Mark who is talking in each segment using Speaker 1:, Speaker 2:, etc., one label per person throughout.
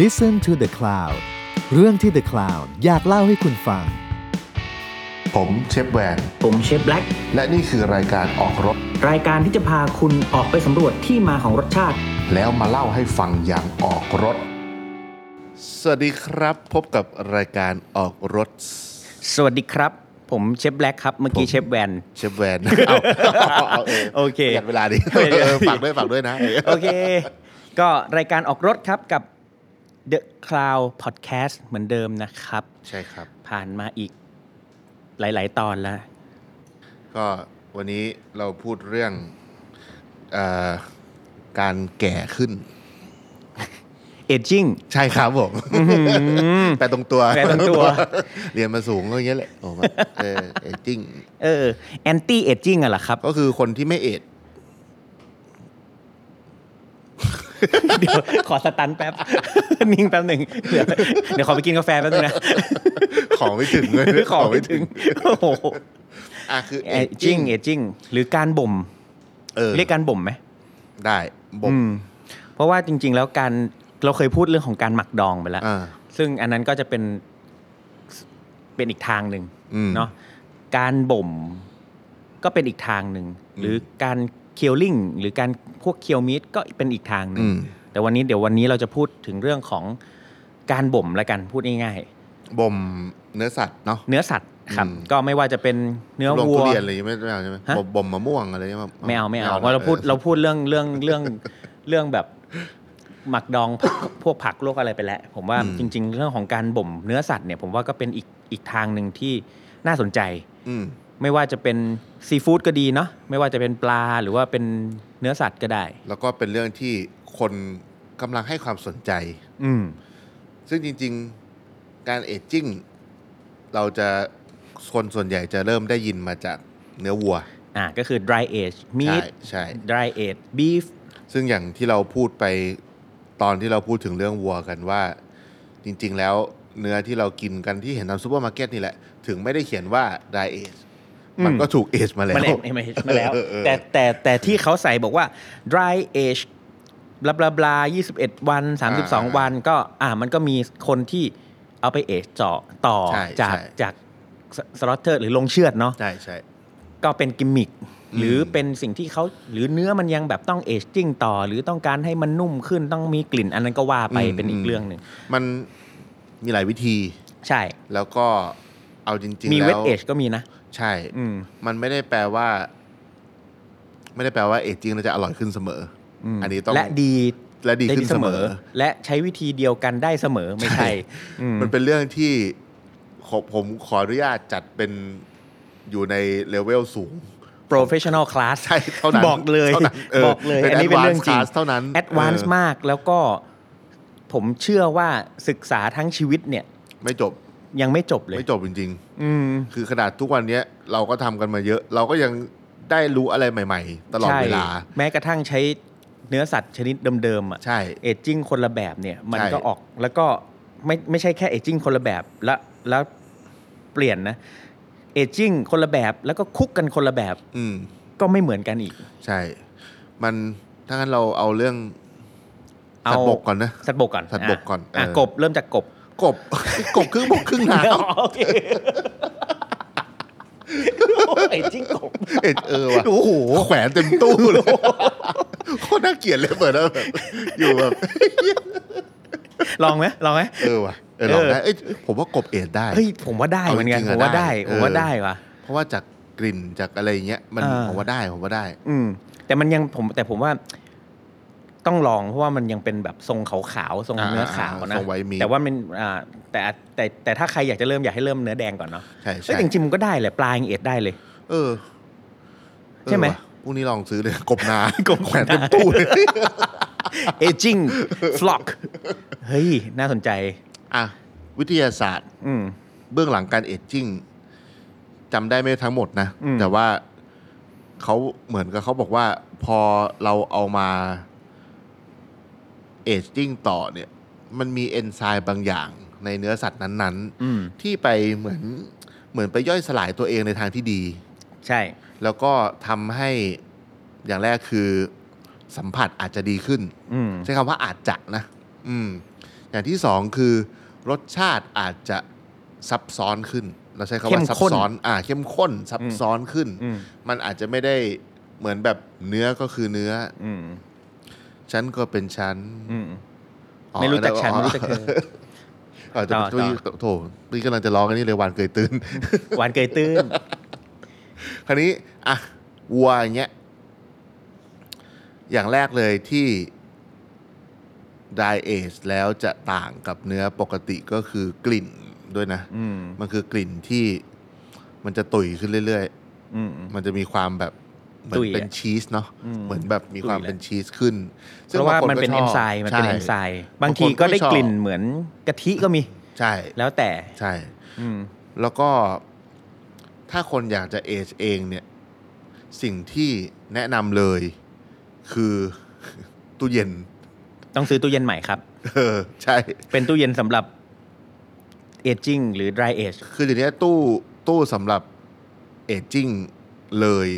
Speaker 1: Listen to the Cloud เรื่องที่ The Cloud อยากเล่าให้คุณฟัง
Speaker 2: ผมเชฟแวน
Speaker 3: ผมเชฟแบล็ก
Speaker 2: และนี่คือรายการออกรถ
Speaker 3: รายการที่จะพาคุณออกไปสำรวจที่มาของรสชาติ
Speaker 2: แล้วมาเล่าให้ฟังอย่างออกรถ สวัสดีครับ พบกับรายการออกรถ
Speaker 3: สวัสดีครับ ผมเชฟแบล็กครับ เมื่อกี้เชฟแวน
Speaker 2: เชฟแวน เอาเอาเอาง
Speaker 3: โอเค
Speaker 2: ประหยัดเวลาดิ
Speaker 3: ประหยัดเวลา
Speaker 2: เออฝากด้วยฝากด้วยนะ
Speaker 3: โอเค ก็รายการออกรถครับกับ The Cloud Podcast เหมือนเดิมนะครับ
Speaker 2: ใช่ครับ
Speaker 3: ผ่านมาอีกหลาย ๆ ตอนแล้ว
Speaker 2: ก็วันนี้เราพูดเรื่องเออการแก่ขึ้น
Speaker 3: Aging
Speaker 2: ใช่ครับผมแปลตรงตัว
Speaker 3: แปลตรงตัว
Speaker 2: เรียนมาสูงก็อย่างเงี้ยแหละโอ้มาเออเอจิ้ง
Speaker 3: เออ Anti Aging อะเหรอครับ
Speaker 2: ก็คือคนที่ไม่เอจ
Speaker 3: เดี๋ยวขอสตันแป๊บ นิ่งแป๊บหนึ่งเดี๋ยวเดี๋ยวขอไปกินกาแฟแป๊บหนึง นะ
Speaker 2: ของไม่ถึงเลย
Speaker 3: ขอไม่ถึง โอ้โห
Speaker 2: อ่ะคือเอ
Speaker 3: เอ
Speaker 2: จ
Speaker 3: จ
Speaker 2: จิ้
Speaker 3: จิ้
Speaker 2: ง
Speaker 3: งเอจจิ้งหรือการบ่ม
Speaker 2: เออ
Speaker 3: เรียกการบ่มไหม
Speaker 2: ได้บ่ม
Speaker 3: อืมเพราะว่าจริง ๆ แล้วการเราเคยพูดเรื่องของการหมักดองไปแล้ว
Speaker 2: อ่า
Speaker 3: ซึ่งอันนั้นก็จะเป็นเป็นอีกทางหนึ่ง
Speaker 2: อืม
Speaker 3: เนาะการบ่มก็เป็นอีกทางหนึ่งหรือการเคียวลิงหรือการพวกเคียวมีดก็เป็นอีกทางหนึ่ง
Speaker 2: อืม
Speaker 3: แต่วันนี้เดี๋ยววันนี้เราจะพูดถึงเรื่องของการบ่มละกันพูดง่าย
Speaker 2: บ่มเนื้อสัตว์เนาะ
Speaker 3: ๆเนื้อสัตว์ครับ
Speaker 2: อืม
Speaker 3: ก็ไม่ว่าจะเป็นเนื้อ
Speaker 2: ลง
Speaker 3: วั
Speaker 2: ทุ
Speaker 3: ว
Speaker 2: เรียนอะไรอย่างงี้ไม่ไม่เอาใช่ไหม
Speaker 3: ฮะ
Speaker 2: บ่มบ่มมะม่วงอะไรอย่างเงี้ย
Speaker 3: ไม่เอาไม่เอาเพราะเราพูดเราพูดเรื่องเรื่องเรื่องเรื่องแบบหมักดองผัก พวกผักลวกอะไรไปแล้ว ผมว่าจริง ๆ เรื่องของการบ่มเนื้อสัตว์เนี่ยผมว่าก็เป็นอีกอีกทางหนึ่งที่น่าสนใจ
Speaker 2: อืม
Speaker 3: ไม่ว่าจะเป็นซีฟู้ดก็ดีเนาะไม่ว่าจะเป็นปลาหรือว่าเป็นเนื้อสัตว์ก็ได้
Speaker 2: แล้วก็เป็นเรื่องที่คนกำลังให้ความสนใจ
Speaker 3: อืม
Speaker 2: ซึ่งจริง ๆ การเอจจิ้งเราจะคนส่วนใหญ่จะเริ่มได้ยินมาจากเนื้อวัว
Speaker 3: อ่าก็คือ dry age
Speaker 2: ใช่
Speaker 3: meat
Speaker 2: ใช่
Speaker 3: dry age beef
Speaker 2: ซึ่งอย่างที่เราพูดไปตอนที่เราพูดถึงเรื่องวัวกันว่า จริงๆแล้วเนื้อที่เรากินกันที่เห็นตามซูเปอร์มาร์เก็ตนี่แหละ ถึงไม่ได้เขียนว่าไดเอท
Speaker 3: อืม
Speaker 2: มันก็ถูกเอชมาแล้ว
Speaker 3: มันเอ็มเอชมาแล้ว
Speaker 2: เออเออ
Speaker 3: แต่แต่แต่ที่เขาใส่บอกว่า dry age บลาบลาบลา21 วัน 32 วันก็อ่ามันก็มีคนที่เอาไปเอชเจาะต่อ
Speaker 2: ใช่
Speaker 3: จาก
Speaker 2: ใช่
Speaker 3: จากสลอตเตอร์หรือลงเชือดเนาะ
Speaker 2: ใช่ใช่
Speaker 3: ก็เป็นกิมมิค
Speaker 2: อืม
Speaker 3: หรือเป็นสิ่งที่เขาหรือเนื้อมันยังแบบต้องเอชจิ้งต่อ หรือต้องการให้มันนุ่มขึ้นต้องมีกลิ่น อันนั้นก็ว่าไปเป็นอีกเรื่องหนึ่ง
Speaker 2: มันมีหลายวิธี
Speaker 3: ใช่
Speaker 2: แล้วก็เอาจริง
Speaker 3: มี
Speaker 2: ๆ
Speaker 3: เว
Speaker 2: แล้
Speaker 3: ท
Speaker 2: ว
Speaker 3: เอชก็มีนะ
Speaker 2: ใช่
Speaker 3: อืม
Speaker 2: มันไม่ได้แปลว่า ไม่ได้แปลว่าเอจจิ้งเราจะอร่อยขึ้นเสมออ
Speaker 3: ม
Speaker 2: อันนี้ต้อง
Speaker 3: และดี
Speaker 2: และดีขึ้นเสมอ
Speaker 3: และใช้วิธีเดียวกันได้เสมอไม่
Speaker 2: ใช่
Speaker 3: ใช่อืม
Speaker 2: มันเป็นเรื่องที่ขอผมขออนุญาตจัดเป็นอยู่ในเลเวลสูง
Speaker 3: professional class
Speaker 2: ใช่เท่านั้น
Speaker 3: บอกเลย
Speaker 2: ท่านั้น
Speaker 3: บอกเลย
Speaker 2: เป็น
Speaker 3: อันนี้เป็นเรื่อง
Speaker 2: advanced
Speaker 3: จริง
Speaker 2: class เท่านั้น
Speaker 3: advance
Speaker 2: เออ
Speaker 3: มากแล้วก็ผมเชื่อว่าศึกษาทั้งชีวิตเนี่ย
Speaker 2: ไม่จบ
Speaker 3: ยังไม่จบเลย
Speaker 2: ไม่จบจริง
Speaker 3: อืม
Speaker 2: ๆ คือขนาดทุกวันเนี้ยเราก็ทำกันมาเยอะ เราก็ยังได้รู้อะไรใหม่ ๆ ตลอด
Speaker 3: ใช่
Speaker 2: เวลา
Speaker 3: แม้กระทั่งใช้เนื้อสัตว์ชนิดเดิมๆอ่ะ
Speaker 2: ใช่
Speaker 3: เอจจิ้งคนละแบบเนี่ย มัน
Speaker 2: ใช่
Speaker 3: ก็ออกแล้วก็ไม่ไม่ใช่แค่เอจจิ้งคนละแบบแล้วแล้วเปลี่ยนนะเอจจิ้งคนละแบบแล้วก็คุกกันคนละแบบ
Speaker 2: อืม
Speaker 3: ก็ไม่เหมือนกันอีก
Speaker 2: ใช่ มันถ้างั้นเราเอาเรื่อง
Speaker 3: เอา
Speaker 2: สัตว์บกก่อนนะ
Speaker 3: สัตว์บกก่อน
Speaker 2: สัตว์บกก่อนเออ
Speaker 3: กบเริ่มจากกบ
Speaker 2: กบ กบครึ่งบกครึ่งน้
Speaker 3: อ๋อโอเคโอ้ยจิ้งกบ
Speaker 2: ำเอ็ดเออว่ะ
Speaker 3: โอ้โห
Speaker 2: แขวนเต็มตู้เลย โคตรน่าเกลียดเลยเปิดแล้วแบบอยู่แบบ
Speaker 3: ลองไหมลองไหม
Speaker 2: เออว่ะเออลอง
Speaker 3: เออ
Speaker 2: นะเอ้ยผมว่ากบเอดได้
Speaker 3: เฮ้ย ผมว่าได้
Speaker 2: เอา
Speaker 3: เหมือนกัน
Speaker 2: จริงๆ
Speaker 3: ผ
Speaker 2: อะ
Speaker 3: มว่า
Speaker 2: ได้
Speaker 3: ได้ ผมว่า
Speaker 2: เออ
Speaker 3: ได้ว่ะ
Speaker 2: เพราะว่าจากกลิ่นจากอะไรอย่างเงี้ยมัน
Speaker 3: อ่า
Speaker 2: ผมว่าได้ผมว่าได้
Speaker 3: อืม แต่มันยังผม แต่ผมว่า ต้องลองเพราะว่ามันยังเป็นแบบทรงขาวๆทรง
Speaker 2: อ่า
Speaker 3: เนื้อขาวนะ
Speaker 2: ทรงไวท์มีท
Speaker 3: แต่ว่ามันอ่าแต่แต่แต่ถ้าใครอยากจะเริ่มอยากให้เริ่มเนื้อแดงก่อนเนาะ
Speaker 2: ใช่
Speaker 3: เอ้ย
Speaker 2: ใช่
Speaker 3: แต่จริงๆมันก็ได้แหละปลายังเอ็ดได้เลย
Speaker 2: เออ
Speaker 3: ใช่ไหม
Speaker 2: เออว่ะพรุ่งนี้ลองซื้อเลย กบนาก
Speaker 3: บนา
Speaker 2: แขวนเต็มตู้เลย
Speaker 3: เอจิ้งฟล็อกเฮ้ย น่าสนใจ
Speaker 2: อ่ะวิทยาศาสตร์
Speaker 3: อืม
Speaker 2: เบื้องหลังการเอจจิ้งจำได้ไม่ทั้งหมดนะ
Speaker 3: อืม
Speaker 2: แต่ว่าเขาเหมือนกับเขาบอกว่า พอเราเอามาเอจจิ้งต่อเนี่ย มันมีเอนไซม์บางอย่างในเนื้อสัตว์นั้น
Speaker 3: อืม
Speaker 2: ๆ ที่ไปเหมือนเหมือนไปย่อยสลายตัวเองในทางที่ดี
Speaker 3: ใช่
Speaker 2: แล้วก็ทำให้อย่างแรกคือสัมผัสอาจจะดีขึ้น
Speaker 3: อืม
Speaker 2: ใช้คำว่าอาจจะนะ อืม อย่างที่สองคือรสชาติอาจจะซับซ้อนขึ้น เราใช้คำว่า
Speaker 3: เข้
Speaker 2: ซั
Speaker 3: ม
Speaker 2: บ
Speaker 3: ข้น
Speaker 2: ซ้อนอ่าเข้มข้นซับซ้อนขึ้น
Speaker 3: อืม
Speaker 2: มันอาจจะไม่ได้เหมือนแบบเนื้อก็คือเนื้อ
Speaker 3: อืม
Speaker 2: ชั้นก็เป็นชั้น
Speaker 3: อืม
Speaker 2: อ๋อ
Speaker 3: ไม่รู้จัก
Speaker 2: อั
Speaker 3: ฉัน
Speaker 2: อ๋อ
Speaker 3: ไม่รู้จักเธอ
Speaker 2: อ๋อแต่
Speaker 3: ต่อต่อ
Speaker 2: ที่โถนี่กำลังจะร้องอันนี้เลยวันเกยตื่น
Speaker 3: หวานเกยตื้น
Speaker 2: คราวนี้อ่ะวัวอย่างเงี้ยอย่างแรกเลยที่ไดเอชแล้วจะต่างกับเนื้อปกติก็คือกลิ่นด้วยนะ
Speaker 3: อืม
Speaker 2: มันคือกลิ่นที่มันจะตุยขึ้นเรื่อย
Speaker 3: อืม
Speaker 2: ๆ มันจะมีความแบบเหมือ
Speaker 3: ตุ
Speaker 2: น
Speaker 3: ยอะ
Speaker 2: เป็นชีสเนาะ
Speaker 3: อืม
Speaker 2: เหมือนแบบมีความ
Speaker 3: ตุยแหละ
Speaker 2: เป็นชีสขึ้น
Speaker 3: เพราะว่ามันเป็น
Speaker 2: บ
Speaker 3: เอง
Speaker 2: ค
Speaker 3: น
Speaker 2: ก็
Speaker 3: ไซ
Speaker 2: ชอบ
Speaker 3: ม์มันเป็น
Speaker 2: ใช่
Speaker 3: เอนไซม์บางทีก็ได้
Speaker 2: บางคนก็ชอบ
Speaker 3: กลิ่นเหมือนกะทิก็มี
Speaker 2: ใช่
Speaker 3: แล้วแต่
Speaker 2: ใช่
Speaker 3: อืม
Speaker 2: แล้วก็ถ้าคนอยากจะเอจเองเนี่ย สิ่งที่แนะนำเลยคือ ตู้เย็น
Speaker 3: ต้องซื้อตู้เย็นใหม่ครับ
Speaker 2: เออ ใช่
Speaker 3: เป็นตู้เย็นสำหรับเอจ i n g หรือ dry age
Speaker 2: คือเดี๋ยวนี้ตู้ตู้สำหรับเอจจิ้งเลย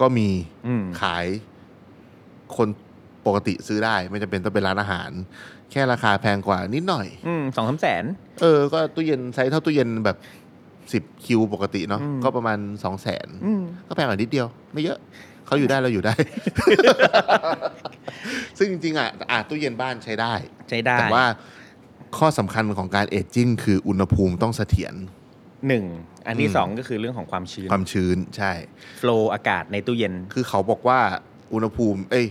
Speaker 2: ก็มี
Speaker 3: อืม
Speaker 2: ขายคนปกติซื้อได้ ไม่จำเป็นต้องเป็นร้านอาหาร แค่ราคาแพงกว่านิดหน่อย
Speaker 3: อืมสองสามแสน
Speaker 2: เออ ก็ตู้เย็นไซส์เท่าตู้เย็นแบบสิบคิวปกติเนาะ
Speaker 3: อืม
Speaker 2: ก็ประมาณสองแสน
Speaker 3: อืม
Speaker 2: ก็แพงกว่านิดเดียว ไม่เยอะ เขาอยู่ได้เรา อยู่ได้ ซึ่งจริงๆอ่ะอาจตู้เย็นบ้านใช้ได้
Speaker 3: ใช้ได้
Speaker 2: แต่ว่าข้อสำคัญของการเอจจิ้งคืออุณหภูมิต้องเสถียร
Speaker 3: หนึ่ง อันที่สองก็คือเรื่องของความชื้น
Speaker 2: ความชื้นใช่
Speaker 3: โฟลว์อากาศในตู้เย็น
Speaker 2: คือเขาบอกว่าอุณหภูมิ เอ้ย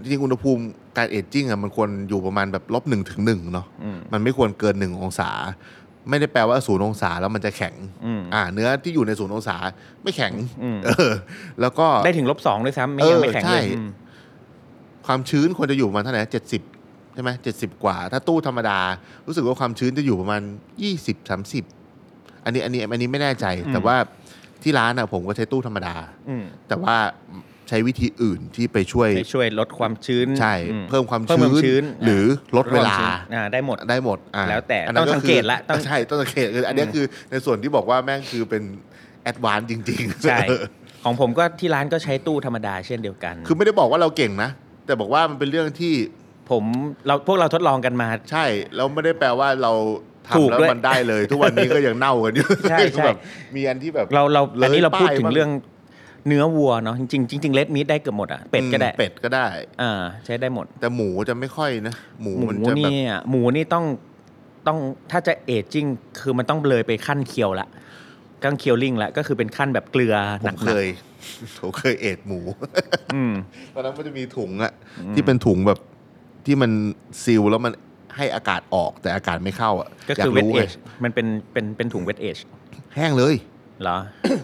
Speaker 2: จริงๆอุณหภูมิการเอจจิ้งอ่ะมันควรอยู่ประมาณแบบลบหนึ่งถึงหนึ่งเนาะ
Speaker 3: อืม
Speaker 2: มันไม่ควรเกินหนึ่งองศา ไม่ได้แปลว่าศูนย์องศาแล้วมันจะแข็ง
Speaker 3: อืม
Speaker 2: อ่า เนื้อที่อยู่ในศูนย์องศาไม่แข็ง
Speaker 3: อืม
Speaker 2: เออ แล้วก็
Speaker 3: ได้ถึงลบสองด้วยซ้ำไม่
Speaker 2: เออ
Speaker 3: ยังไม่แข็งเลย
Speaker 2: ใช่
Speaker 3: อืม
Speaker 2: ความชื้นควรจะอยู่ประมาณเท่าไหร่เจ็ดสิบใช่ไหมเจ็ดสิบกว่า ถ้าตู้ธรรมดา รู้สึกว่าความชื้นจะอยู่ประมาณยี่สิบสามสิบอันนี้อันนี้อันนี้ไม่แน่ใจ แต่ว่าที่ร้านอ่ะผมก็ใช้ตู้ธรรมดา
Speaker 3: อืม
Speaker 2: แต่ว่าใช้วิธีอื่นที่ไปช่วย
Speaker 3: ไปช่วยลดความชื้น
Speaker 2: ใช่
Speaker 3: อืม
Speaker 2: เพิ่มความ
Speaker 3: เพิ่มความชื้น
Speaker 2: หรือลดเวลา
Speaker 3: คมชื้นอ่าได้หมด
Speaker 2: ได้หมดอ่ะ
Speaker 3: แล้วแต่
Speaker 2: นนั้น
Speaker 3: ต้องสังเกตละ
Speaker 2: คือ
Speaker 3: ต้อง
Speaker 2: ใช่ต้องสังเกตคืออันเนี้ย
Speaker 3: อืม
Speaker 2: คือในส่วนที่บอกว่าแม่งคือเป็นแอดวานจริงๆ
Speaker 3: ใช่ ของผมก็ที่ร้านก็ใช้ตู้ธรรมดาเช่นเดียวกัน
Speaker 2: คือไม่ได้บอกว่าเราเก่งนะ แต่บอกว่ามันเป็นเรื่องที่
Speaker 3: ผมเราพวกเราทดลองกันมา
Speaker 2: ใช่แล้วไม่ได้แปลว่าเรา
Speaker 3: ถูก
Speaker 2: ทำแล้ว
Speaker 3: ด้วย
Speaker 2: มันได้ เลย ทุกวันนี้ก็ยังเน่ากันอยู่
Speaker 3: ใช่ใช่
Speaker 2: แบบมีอันที่แบบ
Speaker 3: เราเรา
Speaker 2: ลย
Speaker 3: อันนี้เราพูด
Speaker 2: ป้ย
Speaker 3: ถึง
Speaker 2: บ้
Speaker 3: เรื่องเนื้อวัวเนาะจริงๆจริงเลดมีดได้เกือบหมดอ่ะเป็ดก็ได้
Speaker 2: อืมเป็ดก็ได้
Speaker 3: อ่าใช้ได้หมด
Speaker 2: แต่หมูจะไม่ค่อยนะ หมู
Speaker 3: หมู
Speaker 2: มันจะแบบ
Speaker 3: เนี่ยหมูนี่ต้องต้องถ้าจะเอจจิ้งคือมันต้องเลยไปขั้นเคียวละกั้งเคียวลิงละก็คือเป็นขั้นแบบเกลือ
Speaker 2: ผ
Speaker 3: หนั
Speaker 2: ม
Speaker 3: ก
Speaker 2: เคย ผมเคยเอดหมู
Speaker 3: ๆอืม
Speaker 2: ตอนนั้นมันจะมีถุงอะที่เป็นถุงแบบที่มันซีลแล้วมันให้อากาศออกแต่อากาศไม่เข้าอะ
Speaker 3: ก็
Speaker 2: ยา
Speaker 3: คือเวท
Speaker 2: รู้
Speaker 3: เอ
Speaker 2: ไง
Speaker 3: จมันเป็นเป็นเป็นถุงเวทเอจ
Speaker 2: แห้งเลย
Speaker 3: เหรอ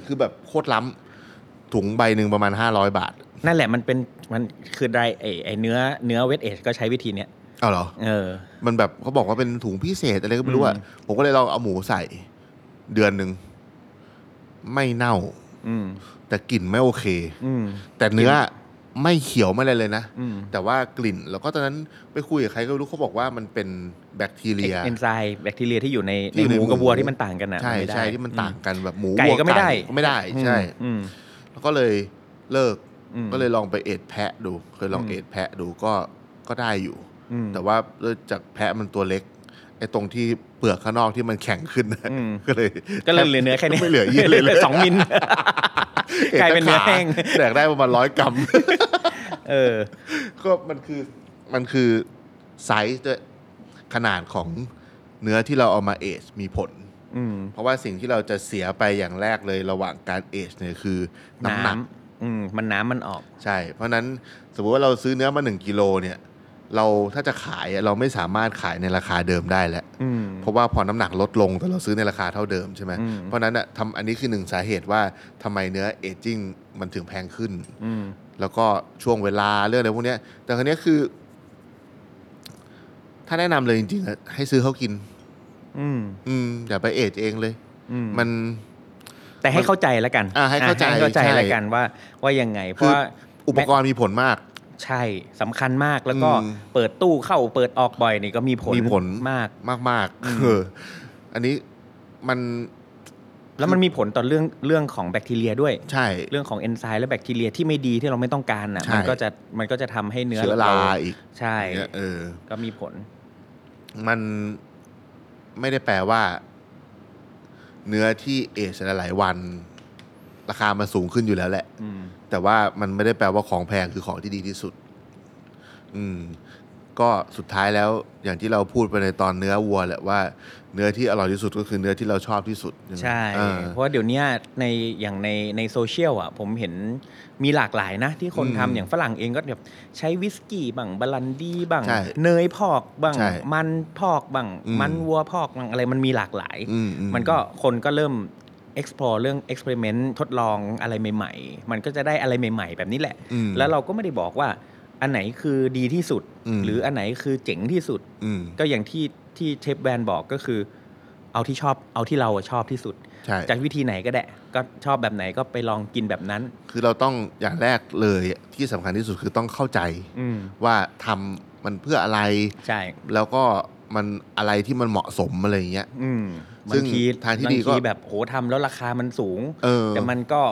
Speaker 2: คือแบบโคตรล้ำถุงใบหนึ่งประมาณ 500 บาท
Speaker 3: นั่นแหละมันเป็นมันคือไดไอไอเนื้อเนื้อเวทเอจก็ใช้วิธีเนี้ย
Speaker 2: เอาเหรอ
Speaker 3: เออ
Speaker 2: มันแบบเขาบอกว่าเป็นถุงพิเศษอะไรก็ไม่รู้อะ
Speaker 3: อืม
Speaker 2: ผมก็เลยลองเอาหมูใส่ เดือนหนึ่ง ไม่เน่า
Speaker 3: อืม
Speaker 2: แต่กลิ่นไม่โอเค
Speaker 3: อืม
Speaker 2: แต่เนื้อไม่เขียวไม่อะไรเลยนะ
Speaker 3: อืม
Speaker 2: แต่ว่ากลิ่น แล้วก็ตอนนั้นไปคุยกับใครก็ไม่รู้เขาบอกว่ามันเป็นแบคทีเรีย
Speaker 3: เอนไซม์แบคทีเรียที่อยู่ใน
Speaker 2: ที่
Speaker 3: ใน
Speaker 2: อยู่ในห
Speaker 3: หมู
Speaker 2: มู
Speaker 3: กับวัวที่มันต่างกันอ่ะ
Speaker 2: ใช่
Speaker 3: ไม่ได้
Speaker 2: ใช่ที่มันต่างกันแบบหมู
Speaker 3: ไก่
Speaker 2: วัว
Speaker 3: ก็ไม่ได้
Speaker 2: ก็ไม่ได้ใช่
Speaker 3: อืม
Speaker 2: แล้วก็เลยเลิก
Speaker 3: อืม
Speaker 2: ก็เลยลองไปเอ็ดแพะดู เคยลอง
Speaker 3: อืม
Speaker 2: เอ็ดแพะดูก็ก็ได้อยู่
Speaker 3: อืม
Speaker 2: แต่ว่าเนื่องจากแพะมันตัวเล็กไอ้ตรงที่เปลือกข้างนอกที่มันแข็งขึ้นนะ
Speaker 3: อืม
Speaker 2: ก็เลย
Speaker 3: ก็เลยเหลือเนื้อแค่นี้
Speaker 2: ไม่เหลือเยอะเลย
Speaker 3: หสองมิล
Speaker 2: ด
Speaker 3: กลายเป็นเนื้อ
Speaker 2: ข
Speaker 3: แห้ง
Speaker 2: แดกได้ประมาณร้อยกรัม
Speaker 3: เออ
Speaker 2: ก็มันคือมันคือไซส์ด้วยขนาดของเนื้อที่เราเอามาเอชมีผล
Speaker 3: อืม
Speaker 2: เพราะว่าสิ่งที่เราจะเสียไปอย่างแรกเลยระหว่างการเอชเนี่ยคือน้ำห
Speaker 3: น้ำ
Speaker 2: นัก
Speaker 3: อืมมันน้ำมันออก
Speaker 2: ใช่ เพราะฉะนั้นสมมติว่าเราซื้อเนื้อมาหนึ่งกิโลเนี่ย เราถ้าจะขายอะเราไม่สามารถขายในราคาเดิมได้แล้ว
Speaker 3: อืม
Speaker 2: เพราะว่าพอน้ำหนักลดลงแต่เราซื้อในราคาเท่าเดิมใช่ไหม
Speaker 3: อืม
Speaker 2: เพราะฉะนั้นอะทำอันนี้คือหนึ่งสาเหตุว่าทำไมเนื้อเอจจิ้งมันถึงแพงขึ้น
Speaker 3: อืม
Speaker 2: แล้วก็ช่วงเวลาเรื่องอะไรพวกเนี้ย แต่ครั้นี้ยคือ ถ้าแนะนำเลยจริงๆอะให้ซื้อเขากิน
Speaker 3: อืม
Speaker 2: อืมอย่าไปเอจเองเลย
Speaker 3: อืม
Speaker 2: มัน
Speaker 3: แต่ให้เข้าใจแล้วกัน
Speaker 2: อ่าให้เข้าใจ
Speaker 3: อ่เข้าใจ
Speaker 2: ใช่
Speaker 3: แล้วกันว่า ว่ายังไง เพ
Speaker 2: คื
Speaker 3: ราะ
Speaker 2: อ
Speaker 3: ว่า
Speaker 2: อุปกรณ์มีผลมาก
Speaker 3: ใช่สำคัญมากแล้วก็
Speaker 2: อืม
Speaker 3: เปิดตู้เข้าเปิดออกบ่อยนี่ก็มีผล
Speaker 2: มีผล
Speaker 3: มาก
Speaker 2: มาก
Speaker 3: อืม
Speaker 2: ๆเอออันนี้มัน
Speaker 3: แล้วมันมีผลต่อเรื่องเรื่องของแบคทีเรียด้วย
Speaker 2: ใช่
Speaker 3: เรื่องของเอนไซม์และแบคทีเรียที่ไม่ดีที่เราไม่ต้องการอ่ะ
Speaker 2: ใช่
Speaker 3: มันก็จะมันก็จะทำให้เนื้อ
Speaker 2: เชื้อราอีก
Speaker 3: ใช่
Speaker 2: เนี่ยเออ
Speaker 3: ก็มีผล
Speaker 2: มันไม่ได้แปลว่า เนื้อที่เอชหลายๆวัน ราคามันสูงขึ้นอยู่แล้วแหละ
Speaker 3: อืม
Speaker 2: แต่ว่ามันไม่ได้แปลว่าของแพงคือของที่ดีที่สุด อืม ก็สุดท้ายแล้วอย่างที่เราพูดไปในตอนเนื้อวัวแหละว่าเนื้อที่อร่อยที่สุดก็คือเนื้อที่เราชอบที่สุด
Speaker 3: ใช่
Speaker 2: เออ
Speaker 3: เพราะว่าเดี๋ยวเนี้ยในอย่างในในโซเชียลอ่ะผมเห็นมีหลากหลายนะ ที่คน
Speaker 2: อืม
Speaker 3: ทำอย่างฝรั่งเองก็แบบใช้วิสกี้บ้างบาลันดีบ้าง
Speaker 2: ใช่
Speaker 3: เนยพอกบ้าง
Speaker 2: ใช่
Speaker 3: มันพอกบ้าง
Speaker 2: อืม
Speaker 3: มันวัวพอกบ้างอะไรมันมีหลากหลาย
Speaker 2: อือื
Speaker 3: มันก็คนก็เริ่ม explore เรื่อง experiment ทดลองอะไรใหม่ ๆ มันก็จะได้อะไรใหม่ ๆ แบบนี้แหละ
Speaker 2: อืม
Speaker 3: แล้วเราก็ไม่ได้บอกว่าอันไหนคือดีที่สุด
Speaker 2: อืม
Speaker 3: หรืออันไหนคือเจ๋งที่สุด
Speaker 2: อืม
Speaker 3: ก็อย่างที่ที่เชฟแบนบอกก็คือ เอาที่ชอบเอาที่เราอะชอบที่สุด
Speaker 2: ใช่
Speaker 3: จากวิธีไหนก็ได้ ก็ชอบแบบไหนก็ไปลองกินแบบนั้น
Speaker 2: คือเราต้องอย่างแรกเลยที่สำคัญที่สุดคือต้องเข้าใจ
Speaker 3: อืม
Speaker 2: ว่าทำมันเพื่ออะไร
Speaker 3: ใช่
Speaker 2: แล้วก็มันอะไรที่มันเหมาะสมอะไรอย่างเงี้ย
Speaker 3: อืม
Speaker 2: ซึ่
Speaker 3: บาง งที
Speaker 2: ทางที่ดีก็
Speaker 3: บทีแบบโหทำแล้วราคามันสูง
Speaker 2: เออ
Speaker 3: แต่มันก็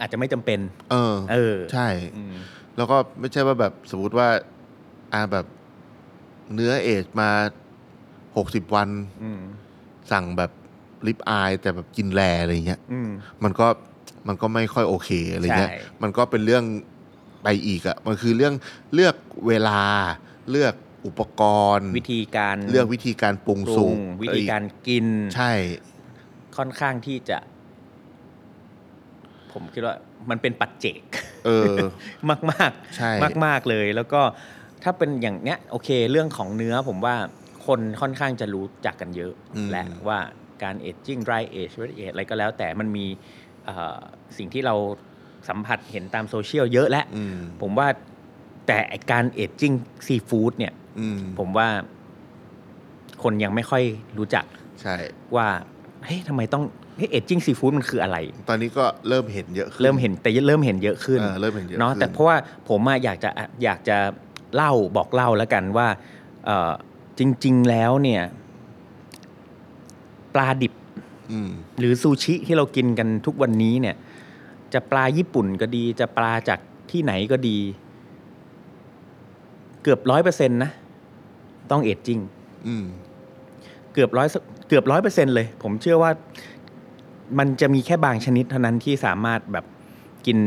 Speaker 3: อาจจะไม่จำเป็น
Speaker 2: เออ
Speaker 3: เออ
Speaker 2: ใช่
Speaker 3: อืม
Speaker 2: แล้วก็ไม่ใช่ว่าแบบสมมติว่าอ่าแบบเนื้อเอจมาหกสิบวัน
Speaker 3: อืม
Speaker 2: สั่งแบบลิปอาย แต่แบบกินแลอะไรอย่างเงี้ย
Speaker 3: อืม
Speaker 2: มันก็มันก็ไม่ค่อยโอเคอะไรเงี้ย
Speaker 3: ใช่
Speaker 2: มันก็เป็นเรื่องไปอีกอะมันคือเรื่องเลือกเวลา เลือกอุปกรณ์
Speaker 3: วิธีการ
Speaker 2: เลือกวิธีการปรุง
Speaker 3: ปรุ
Speaker 2: สุ
Speaker 3: ง
Speaker 2: ก
Speaker 3: วิธีการกิน
Speaker 2: ใช่
Speaker 3: ค่อนข้างที่จะ ผมคิดว่า มันเป็นปัจเจก
Speaker 2: เออ
Speaker 3: มากมาก
Speaker 2: ใช่
Speaker 3: มากมาก ๆ เลย แล้วก็ถ้าเป็นอย่างเนี้ยโอเค เรื่องของเนื้อผมว่าคนค่อนข้างจะรู้จักกันเยอะ
Speaker 2: อืม
Speaker 3: และว่าการเอจจิ้งไรเอจเวทเอจอะไรก็แล้ว แต่มันมีเอ่อสิ่งที่เราสัมผัสเห็นตามโซเชียลเยอะแล้ว
Speaker 2: อืม
Speaker 3: ผมว่าแต่ไอ้การเอจจิ้งซีฟู้ดเนี่ย
Speaker 2: อืม
Speaker 3: ผมว่าคนยังไม่ค่อยรู้จัก
Speaker 2: ใช่
Speaker 3: ว่าเฮ้ยทำไมต้องเฮ้ยเอจจิ้งซีฟู้ดมันคืออะไร
Speaker 2: ตอนนี้ก็เริ่มเห็นเยอะขึ้น
Speaker 3: เริ่มเห็นแต่เริ่มเห็นเยอะขึ้น
Speaker 2: เออเริ่มเห็นเยอะ
Speaker 3: เนาะ
Speaker 2: ขึ้
Speaker 3: แต่เพราะว่าผมอะอยากจะอยากจะเล่าบอกเล่าแล้วกันว่าเอ่อจริง ๆ แล้วเนี่ย ปลาดิบ
Speaker 2: อืม
Speaker 3: หรือซูชิที่เรากินกันทุกวันนี้เนี่ย จะปลาญี่ปุ่นก็ดี จะปลาจากที่ไหนก็ดี เกือบร้อยเปอร์เซ็นต์นะ ต้องเอจจิ้ง
Speaker 2: อืม
Speaker 3: เกือบร้อยเกือบร้อยเปอร์เซ็นต์เลย ผมเชื่อว่ามันจะมีแค่บางชนิดเท่านั้นที่สามารถแบบกิน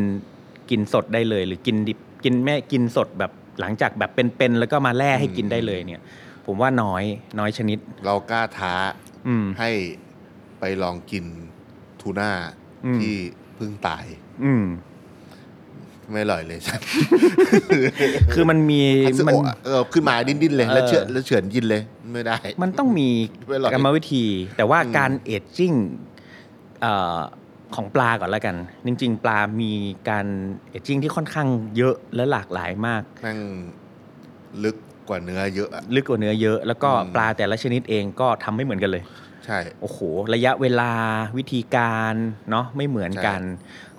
Speaker 3: กินสดได้เลย หรือกินดิบกินแม่กินสดแบบหลังจากแบบเป็นๆแล้วก็มาแล่ให้กินได้เลยเนี่ย ผมว่าน้อยน้อยชนิด
Speaker 2: เรากล้าท้า
Speaker 3: อืม
Speaker 2: ให้ไปลองกินทูน่า
Speaker 3: อืม
Speaker 2: ที่เพิ่งตาย
Speaker 3: อืม
Speaker 2: ไม่อร่อยเลยใช่
Speaker 3: คือมันมี
Speaker 2: ฮัตสึ
Speaker 3: มัน
Speaker 2: โอะเออขึ้นมาดิ้นดิ้นๆเลย แล้วเชื่อ
Speaker 3: เออ
Speaker 2: แล้วเฉือนยินเลย ไม่ได้
Speaker 3: มันต้องมี
Speaker 2: เวลา
Speaker 3: กรรมวิธี แต่ว่าการเอจจิ้งเอ่อของปลาก่อนแล้วกัน จริง ๆ ปลามีการเอจจิ้งที่ค่อนข้างเยอะและหลากหลายมาก
Speaker 2: แม่งลึกกว่าเนื้อเยอะอะ
Speaker 3: ลึกกว่าเนื้อเยอะ แล้วก็
Speaker 2: อืม
Speaker 3: ปลาแต่ละชนิดเองก็ทำไม่เหมือนกันเลย
Speaker 2: ใช่
Speaker 3: โอ้โห ระยะเวลาวิธีการเนาะไม่เหมือนกัน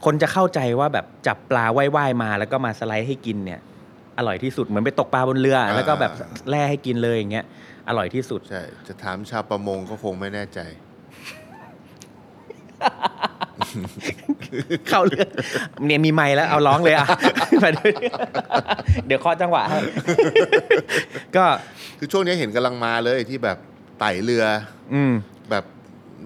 Speaker 3: คนจะเข้าใจว่าแบบจับปลาว่ายๆมาแล้วก็มาสไลด์ให้กินเนี่ย อร่อยที่สุดเหมือนไปตกปลาบนเรือ
Speaker 2: อ่า
Speaker 3: แล้วก็แบบแล่ให้กินเลยอย่างเงี้ยอร่อยที่สุด
Speaker 2: ใช่ จะถามชาวประมงก็คงไม่แน่ใจ
Speaker 3: เข้าเรื่องเนี่ยมีไม้แล้วเอาร้องเลยอ่ะ มาดูเดี๋ยวเคาะจังหวะให้ ก็
Speaker 2: คือช่วงนี้เห็นกำลังมาเลยที่แบบไต่เรือ
Speaker 3: อืม
Speaker 2: แบบ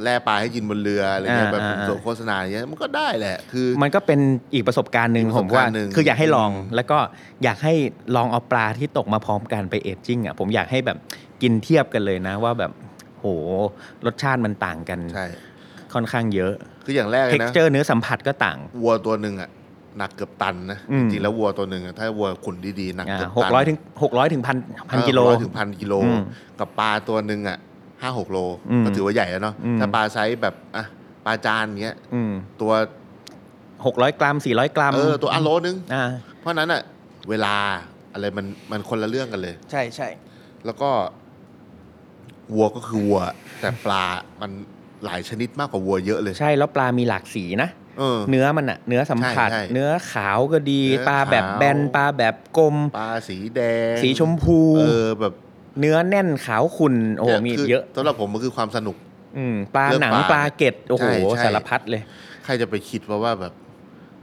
Speaker 2: แล่ปลาให้กินบนเรืออะไรเงี้ย
Speaker 3: อ่า
Speaker 2: แบบ
Speaker 3: อ่า
Speaker 2: โฆษณาอย่างเงี้ยมันก็ได้แหละ คือ
Speaker 3: มันก็เป็นอีกประสบการณ์หนึ่ง
Speaker 2: อีกป
Speaker 3: ผ
Speaker 2: ระส
Speaker 3: ม
Speaker 2: บ
Speaker 3: ว่า
Speaker 2: การณ์หนึ่ง
Speaker 3: คืออยากให้ลอง
Speaker 2: อืม
Speaker 3: แล้วก็อยากให้ลองเอาปลาที่ตกมาพร้อมกันไปเอจจิ้งอ่ะผมอยากให้แบบกินเทียบกันเลยนะว่าแบบโหรสชาติมันต่างกัน
Speaker 2: ใช่
Speaker 3: ค่อนข้างเยอะ
Speaker 2: คืออย่างแรก
Speaker 3: t e
Speaker 2: เลย
Speaker 3: x
Speaker 2: นะ
Speaker 3: t u r e เนื้อสัมผัสก็ต่าง
Speaker 2: วัวตัวหนึ่งอะหนักเกือบตันนะ
Speaker 3: อื
Speaker 2: จ
Speaker 3: ม
Speaker 2: ริงๆแล้ววัวตัวหนึ่งอะถ้าวัวขุนดีๆหนักเกือบ
Speaker 3: หก
Speaker 2: ตัน
Speaker 3: ร้อยถึงหกร้อยถึงพันพันกิโล
Speaker 2: เออ600ถึงพันกิโล
Speaker 3: อืม
Speaker 2: กับปลาตัวหนึ่งอะห้าหกโล
Speaker 3: อืม
Speaker 2: ก็ถือว่าใหญ่แล้วเนาะ
Speaker 3: อืม
Speaker 2: ถ้าปลาไซส์แบบอ่ะปลาจานเงี้ย
Speaker 3: อืม
Speaker 2: ตัว
Speaker 3: หกร้อยกรัมสี่ร้อยกรัม
Speaker 2: เออตัวอันโลนึง
Speaker 3: อ่า
Speaker 2: เพราะฉะนั้นอะเวลาอะไรมันมันคนละเรื่องกันเลย
Speaker 3: ใช่ใช่
Speaker 2: แล้วก็วัวก็คือวัว แต่ปลามันหลายชนิดมากกว่าวัวเยอะเลย
Speaker 3: ใช่แล้วปลามีหลากสีนะ
Speaker 2: เออ
Speaker 3: เนื้อมันอะเนื้อสัมผัส
Speaker 2: ใช่ใช่
Speaker 3: เนื้อขาวก็ดี
Speaker 2: เนื้อ
Speaker 3: ปลาแบบ
Speaker 2: ขาว
Speaker 3: แบนปลาแบบกลม
Speaker 2: ปลาสีแดง
Speaker 3: สีชมพู
Speaker 2: เออแบบ
Speaker 3: เนื้อแน่นขาวขุ่นโอ้โหมี
Speaker 2: คื
Speaker 3: เยอะ
Speaker 2: สำหรับผมมันคือความสนุก
Speaker 3: อืมปลา
Speaker 2: เรื่อง
Speaker 3: หนัง
Speaker 2: ปลา
Speaker 3: ปลาเกล็ดโอ้โห
Speaker 2: ใช่ใช่
Speaker 3: สารพัดเลย
Speaker 2: ใครจะไปคิดว่าว่าแบบ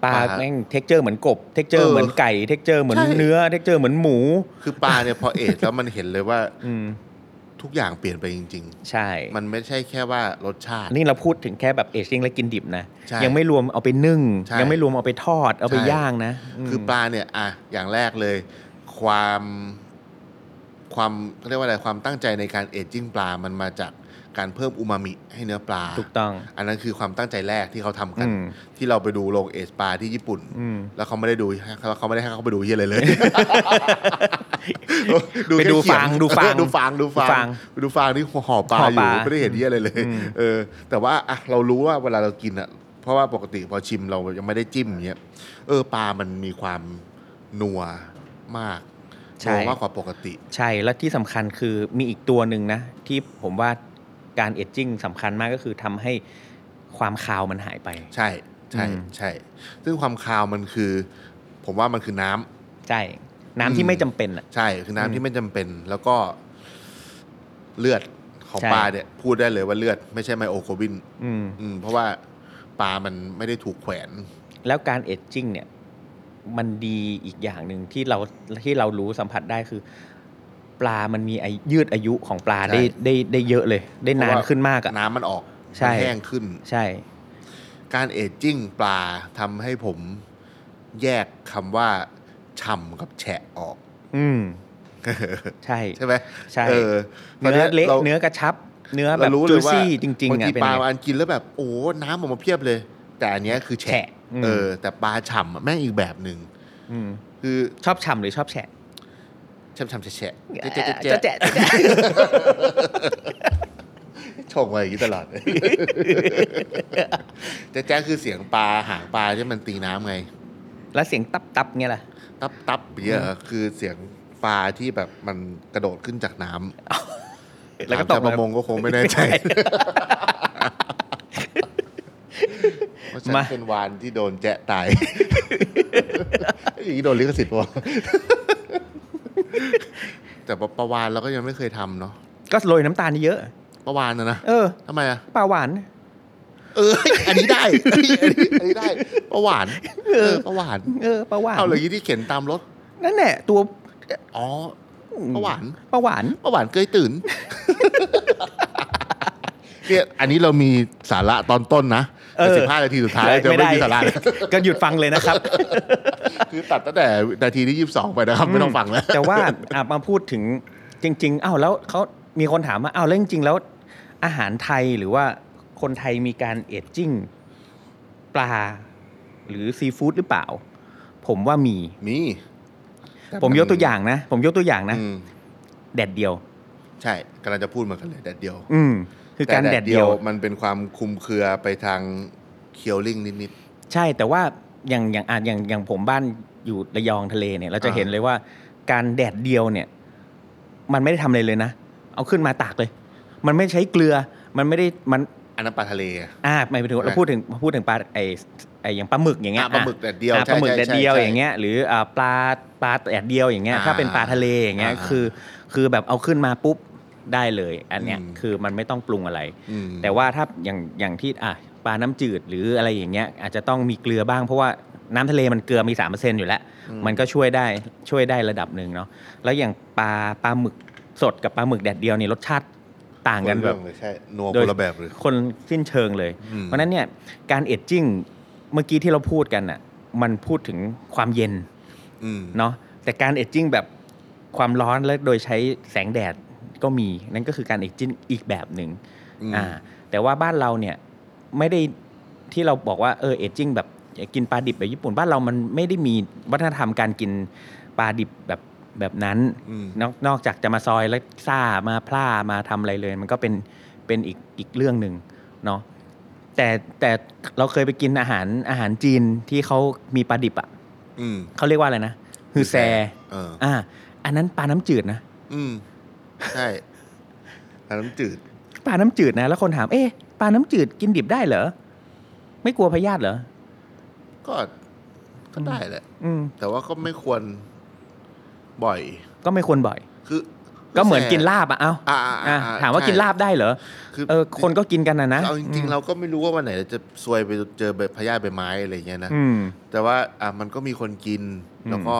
Speaker 3: ปลา
Speaker 2: ปลา
Speaker 3: แม่งเท็กเจอร์เหมือนกบเท็กเจอร์เหมือนไก่เท็กเจอร์เหมือน
Speaker 2: ใช่
Speaker 3: เนื้อเท็กเจอร์เหมือนหมู
Speaker 2: คือปลาเนี่ยพอเอทแล้วมันเห็นเลยว่า
Speaker 3: อืม
Speaker 2: ทุกอย่างเปลี่ยนไปจริง
Speaker 3: ใช่
Speaker 2: ๆ มันไม่ใช่แค่ว่ารสชาติ
Speaker 3: นี่เราพูดถึงแค่แบบเอชชิ่งและกินดิบนะ
Speaker 2: ใช่
Speaker 3: ยังไม่รวมเอาไปนึ่ง
Speaker 2: ใช่
Speaker 3: ยังไม่รวมเอาไปทอดเอาไป
Speaker 2: ใช่
Speaker 3: ย่างนะม
Speaker 2: คือปลาเนี่ยอ่ะอย่างแรกเลย ความความเขาเรียกว่าอะไรความตั้งใจในการเอจจิ้งปลามันมาจากการเพิ่มอูมามิให้เนื้อปลา
Speaker 3: ถูกต้อง
Speaker 2: อันนั้นคือความตั้งใจแรกที่เขาทำกัน
Speaker 3: อืม
Speaker 2: ที่เราไปดูโรงเอจปลาที่ญี่ปุ่น
Speaker 3: อืม
Speaker 2: แล้วเขาไม่ได้ดูแล้วเขาไม่ได้ให้เขาไปดูเฮียอะไรเลย
Speaker 3: ไปดูฟางดูฟาง
Speaker 2: ดูฟางดูฟางไปดูฟางที่ห่อปลา
Speaker 3: ห่อ
Speaker 2: อ
Speaker 3: ป
Speaker 2: ยู่
Speaker 3: ลา
Speaker 2: ไม่ได้เห็นที่อะไรเลย
Speaker 3: อืม
Speaker 2: เออ แต่ว่าอ่ะเรารู้ว่าเวลาเรากินอ่ะ เพราะว่าปกติพอชิมเรายังไม่ได้จิ้มอย่างเงี้ยเออปลามันมีความนัวมากนัวมากกว่าปกติ
Speaker 3: ใช่ และที่สำคัญคือมีอีกตัวหนึ่งนะ ที่ผมว่าการเอจจิ้งสำคัญมากก็คือทำให้ความคาวมันหายไป
Speaker 2: ใช่ใช่
Speaker 3: อืม
Speaker 2: ใช่ ซึ่งความคาวมันคือ ผมว่ามันคือน้ำ
Speaker 3: ใช่ น้ำ
Speaker 2: อืม
Speaker 3: ที่ไม่จำเป็นอ่ะ
Speaker 2: ใช่คือน้ำ
Speaker 3: อืม
Speaker 2: ที่ไม่จำเป็นแล้วก็เลือดของ
Speaker 3: ใช่
Speaker 2: ปลาเนี่ย พูดได้เลยว่าเลือดไม่ใช่ไมโอโคบิน
Speaker 3: อืม
Speaker 2: อืมเพราะว่าปลามันไม่ได้ถูกแขวน
Speaker 3: แล้วการเอจจิ้งเนี่ย มันดีอีกอย่างหนึ่งที่เราที่เรารู้สัมผัสได้คือ ปลามันมีอายุยืดอายุของปลาได้
Speaker 2: ใช่
Speaker 3: ได้ได้เยอะเลย ได้นานขึ้นมากอ่ะ
Speaker 2: น้ำมันออก
Speaker 3: ใช่
Speaker 2: มันแห้งขึ้น
Speaker 3: ใช่
Speaker 2: การเอจจิ้งปลาทำให้ผมแยกคำว่าฉ่ำกับแฉะออก
Speaker 3: อืม ใช่
Speaker 2: ใช่ไหม
Speaker 3: ใช่
Speaker 2: เออ
Speaker 3: เนื้อเละ
Speaker 2: รา
Speaker 3: เนื้อกระชับ เนื้อแบบ
Speaker 2: เรารู้เล
Speaker 3: จู
Speaker 2: ยว่า
Speaker 3: ซี่จริง
Speaker 2: บางที
Speaker 3: ๆอ่ะเป็น
Speaker 2: ปลา
Speaker 3: ไง
Speaker 2: อันกินแล้วแบบโอ้น้ำออกมาเพียบเลย แต่อันเนี้ยคือแฉะ
Speaker 3: แฉะอืม
Speaker 2: เออ แต่ปลาฉ่ำอะแม่งอีกแบบหนึ่ง
Speaker 3: อืม
Speaker 2: คือ
Speaker 3: ชอบฉ่ำหรือชอบแฉะ
Speaker 2: ฉ่ำฉ่ำๆแฉะๆ
Speaker 3: จะ
Speaker 2: แฉะๆ
Speaker 3: จะ
Speaker 2: แฉะ
Speaker 3: แฉะจะแฉะ
Speaker 2: ๆชงมาอย่างนี้ตลอด แจ๊ะๆคือเสียงปลาหางปลาที่มันตีน้ำไง
Speaker 3: แล้วเสียงตับตับๆเงี้ยล่ะ
Speaker 2: ตับตับอย่างเงี้ยเหรอคือเสียงปลาที่แบบมันกระโดดขึ้นจากน้ำ
Speaker 3: แล้วก็ตก
Speaker 2: หางเจ้าประมงก็คงไม่แน่ใจเพราะฉัน
Speaker 3: มา
Speaker 2: เป็นวานที่โดนแจะตาย อย่างนี้โดนลิขสิทธิ์ปะวะแต่ปะปลาวานเราก็ยังไม่เคยทำเนาะ
Speaker 3: ก็โรยน้ำตาลเยอะ
Speaker 2: ปลาวานนะนะ
Speaker 3: เออ
Speaker 2: ทำไมอ่ะ
Speaker 3: ปลาหวาน
Speaker 2: เออ อันนี้ได้อันนี้อันนี้อันนี้ได้ปลาวานเออปลาวาน
Speaker 3: เออปลาหวาน
Speaker 2: เอาเลยางนี้ที่เข็นตามรถ
Speaker 3: นั่นแหละตัว
Speaker 2: อ๋อปลาวาน
Speaker 3: ปลาหวาน
Speaker 2: ประหวานเกยตื่น เนี่ยอันนี้เรามีสาระตอนต้นนะ
Speaker 3: เอ
Speaker 2: แต่
Speaker 3: อ
Speaker 2: สิบห้านาทีสุดท้ายจะไม่มีสาระเลย
Speaker 3: ก็หยุดฟังเลยนะครับ
Speaker 2: คือตัดตั้งแต่นาทีที่ยี่สิบสองไปนะครับ ไม่ต้องฟังแล้ว
Speaker 3: แต่ว่าอ่ะมาพูดถึงจริง ๆ อ้าวแล้วเขามีคนถามว่าอ้าวแล้วจริงๆแล้ว อาหารไทยหรือว่าคนไทยมีการเอจจิ้งปลา หรือซีฟู้ดหรือเปล่า ผมว่ามี
Speaker 2: มี
Speaker 3: ผมยกตัวอย่างนะ ผมยกตัวอย่างนะ
Speaker 2: อืม
Speaker 3: แดดเดียว
Speaker 2: ใช่กำลังจะพูดเหมือนกันเลยแดดเดียว
Speaker 3: อืม คือการ
Speaker 2: ต่
Speaker 3: แดดเดียว
Speaker 2: มันเป็นความคลุมเครือไปทางเคียวลิงนิด
Speaker 3: ใช่แต่ว่าอย่างอย่างอาจอย่างอย่างผมบ้านอยู่ระยองทะเลเนี่ยเราจะ
Speaker 2: อ่า
Speaker 3: เห็นเลยว่า การแดดเดียวเนี่ย มันไม่ได้ทำอะไรเลยนะ เอาขึ้นมาตากเลย มันไม่ใช้เกลือมันไม่ได้มัน
Speaker 2: ๆอันนั้นปลาทะเลอะ
Speaker 3: อ่าหมายถึงว่า
Speaker 2: อ่า
Speaker 3: เราพูดถึงพูดถึงปลาไอไออย่างปลาหมึกอย่างเงี้ย
Speaker 2: อ่ะปลาหมึกแดดเดียว
Speaker 3: อ่ะป
Speaker 2: ใช่
Speaker 3: ลาหมึก
Speaker 2: ใช่
Speaker 3: แดดเดียว
Speaker 2: ใช่
Speaker 3: อย่างเงี้ยหรืออ่าปลาปลาแดดเดียวอย่างเงี้ย
Speaker 2: อ่า
Speaker 3: ถ้าเป็นปลาทะเลอย่างเงี้ย
Speaker 2: อ่า
Speaker 3: คือ คือแบบเอาขึ้นมาปุ๊บได้เลย อันเนี้ย
Speaker 2: อืม
Speaker 3: คือมันไม่ต้องปรุงอะไร
Speaker 2: อืม
Speaker 3: แต่ว่าถ้าอย่างอย่างที่อ่ะปลาน้ำจืดหรืออะไรอย่างเงี้ย อาจจะต้องมีเกลือบ้างเพราะว่าน้ำทะเลมันเกลือมีสามเปอร์เซ็นอยู่แล้ว มันก็ช่วยได้ช่วยได้ระดับหนึ่งเนาะแล้วอย่างปลาปลาหมึกสดกับปลาหมึกแดดเดียวนี่รสชาติต่างกันแบบ
Speaker 2: เรื่องเลยใช่นัว
Speaker 3: โด
Speaker 2: ค
Speaker 3: ย
Speaker 2: นละแบบเลย
Speaker 3: คนสิ้นเชิงเลย
Speaker 2: อืม
Speaker 3: เพราะฉะนั้นเนี่ยการเอจจิ้งเมื่อกี้ที่เราพูดกันน่ะมันพูดถึงความเย็น
Speaker 2: อืม
Speaker 3: เนาะแต่การเอจจิ้งแบบความร้อนและโดยใช้แสงแดดก็มีนั่นก็คือการเอจจิ้งอีกแบบหนึ่ง
Speaker 2: อืม
Speaker 3: อ่าแต่ว่าบ้านเราเนี่ยไม่ได้ที่เราบอกว่าเออเอจิ้งแบบกินปลาดิบแบบญี่ปุ่นบ้านเรามันไม่ได้มีวัฒนธรรมการกินปลาดิบแบบแบบนั้น
Speaker 2: อืม
Speaker 3: นอกนอกจากจะมาซอยแล้วซ่ามาพล่ามาทำอะไรเลย มันก็เป็นเป็นอีกอีกเรื่องหนึ่งเนาะแต่แต่เราเคยไปกินอาหารอาหารจีนที่เขามีปลาดิบอะ่ะ
Speaker 2: อืม
Speaker 3: เขาเรียกว่าอะไรนะฮือแซ
Speaker 2: เออ
Speaker 3: อ่าอันนั้นปลาน้ำจืดนะ
Speaker 2: อืม ใช่อันน้ำจืด
Speaker 3: ปลาน้ำจืดนะ แล้วคนถาม เอ๊ะปลาน้ำจืดกินดิบได้เหรอ ไม่กลัวพยาธิเหรอ
Speaker 2: ก็ก็ได้แหละ
Speaker 3: อืม
Speaker 2: แต่ว่าก็ไม่ควรบ่อย
Speaker 3: ก็ไม่ควรบ่อย
Speaker 2: คือ
Speaker 3: ก็เหมือนกินลาบอ่ะเอ้า
Speaker 2: อ่าอ่า
Speaker 3: อ่ะ
Speaker 2: อ่
Speaker 3: ถามว่า
Speaker 2: ใช่
Speaker 3: กินลาบได้เหรอ
Speaker 2: คือ
Speaker 3: เออคนก็กินกันนะนะ
Speaker 2: เอาจริงๆเราก็ไม่รู้ว่าวันไหนเราจะซวยไปเจอแบบพยาธิใบไม้อะไรอย่างเงี้ยนะ
Speaker 3: อืม
Speaker 2: แต่ว่าอ่ะมันก็มีคนกิน
Speaker 3: อืม
Speaker 2: แล้วก็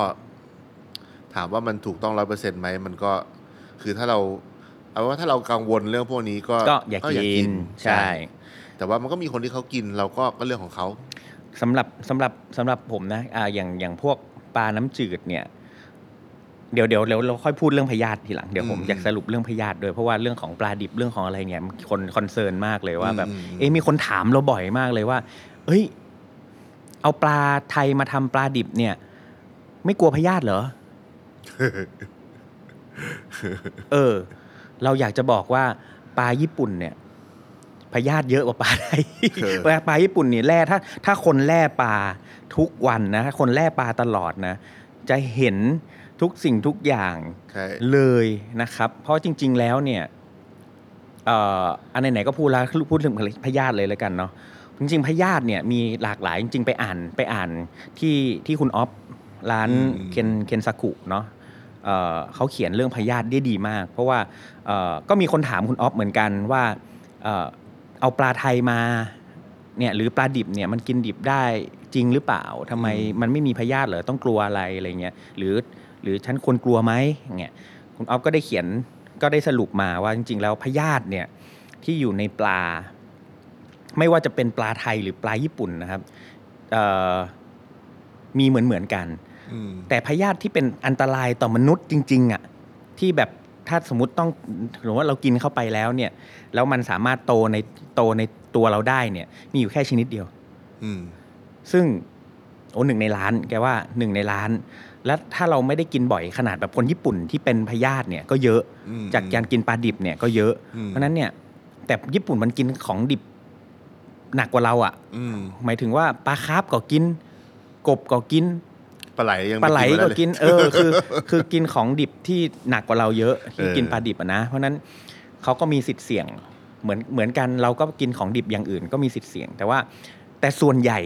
Speaker 2: ถามว่ามันถูกต้องร้อยเปอร์เซ็นต์ไหมมันก็ คือถ้าเรา เอาว่าถ้าเรากังวลเรื่องพวกนี้ก็
Speaker 3: ก็อย่ากินใช่
Speaker 2: แต่ว่ามันก็มีคนที่เขากิน เราก็ก็เรื่องของเขา
Speaker 3: สำหรับสำหรับสำหรับผมนะอ่าอย่างอย่างพวกปลาน้ำจืดเนี่ย เดี๋ยวเดี๋ยวเดี๋ยวเราค่อยพูดเรื่องพยาธิทีหลังเดี๋ยวผม
Speaker 2: อืม
Speaker 3: อยากสรุปเรื่องพยาธิด้วยเพราะว่าเรื่องของปลาดิบเรื่องของอะไรเนี่ยมันคนคอนเซิร์นมากเลยว่าแบบ
Speaker 2: อืมอืม
Speaker 3: เอ้มีคนถามเราบ่อยมากเลยว่า เอ้ย เอาปลาไทยมาทำปลาดิบเนี่ย ไม่กลัวพยาธิเหรอ เออ เราอยากจะบอกว่าปลาญี่ปุ่นเนี่ยพยาธิเยอะกว่าปลาไทย
Speaker 2: เออ
Speaker 3: ปลาปลาญี่ปุ่นเนี่ยแร่ถ้าถ้าคนแร่ปลาทุกวันนะถ้าคนแร่ปลาตลอดนะ จะเห็นทุกสิ่งทุกอย่าง
Speaker 2: ใช่
Speaker 3: เลยนะครับ เพราะจริง ๆ แล้วเนี่ยเอ่ออันไหนๆก็พูดแล้วพูดถึงพยาธิเลยแล้วกันเนาะจริง ๆ พยาธิเนี่ยมีหลากหลายจริง ๆ ไปอ่านไปอ่านที่ที่คุณออฟร้าน
Speaker 2: อืม
Speaker 3: เคนเคนซากุเนาะ เอ่อเขาเขียนเรื่องพยาธิได้ดีมาก เพราะว่าเอ่อก็มีคนถามคุณออฟเหมือนกันว่าเอ่อเอาปลาไทยมาเนี่ยหรือปลาดิบเนี่ยมันกินดิบได้จริงหรือเปล่าทำไม
Speaker 2: อืม
Speaker 3: มันไม่มีพยาธิเหรอต้องกลัวอะไรอะไรเงี้ยหรือหรือฉันควรกลัวไหมอย่างเงี้ยคุณออฟก็ได้เขียนก็ได้สรุปมาว่าจริง ๆ แล้วพยาธิเนี่ยที่อยู่ในปลา ไม่ว่าจะเป็นปลาไทยหรือปลาญี่ปุ่นนะครับเอ่อมีเหมือนเหมือนๆกัน
Speaker 2: อืม
Speaker 3: แต่พยาธิที่เป็นอันตรายต่อมนุษย์จริง ๆ อ่ะ ที่แบบถ้าสมมติต้องหรือว่าเรากินเข้าไปแล้วเนี่ย แล้วมันสามารถโตในโตในตัวเราได้เนี่ย มีอยู่แค่ชนิดเดียว
Speaker 2: อืม
Speaker 3: ซึ่งโอ้หนึ่งในล้านแกว่าหนึ่งในล้าน และถ้าเราไม่ได้กินบ่อยขนาดแบบคนญี่ปุ่นที่เป็นพยาธิเนี่ยก็เยอะ
Speaker 2: อืม
Speaker 3: จากการกินปลาดิบเนี่ยก็เยอะ
Speaker 2: อืม
Speaker 3: เพราะฉะนั้นเนี่ย แต่ญี่ปุ่นมันกินของดิบหนักกว่าเราอ่ะ
Speaker 2: อืม
Speaker 3: หมายถึงว่าปลาคาร์ฟก็กิน กบก็กิน
Speaker 2: ปลาไหลยัง
Speaker 3: ปลาไหล
Speaker 2: ม่
Speaker 3: ก็
Speaker 2: เย
Speaker 3: กินเออ คือคือกินของดิบที่หนักกว่าเราเยอะที่
Speaker 2: เออ
Speaker 3: กินปลาดิบอะนะ เพราะฉะนั้นเขาก็มีสิทธิ์เสี่ยงเหมือนเหมือนกันเราก็กินของดิบอย่างอื่นก็มีสิทธิ์เสี่ยง แต่ว่าแต่ส่วนใหญ่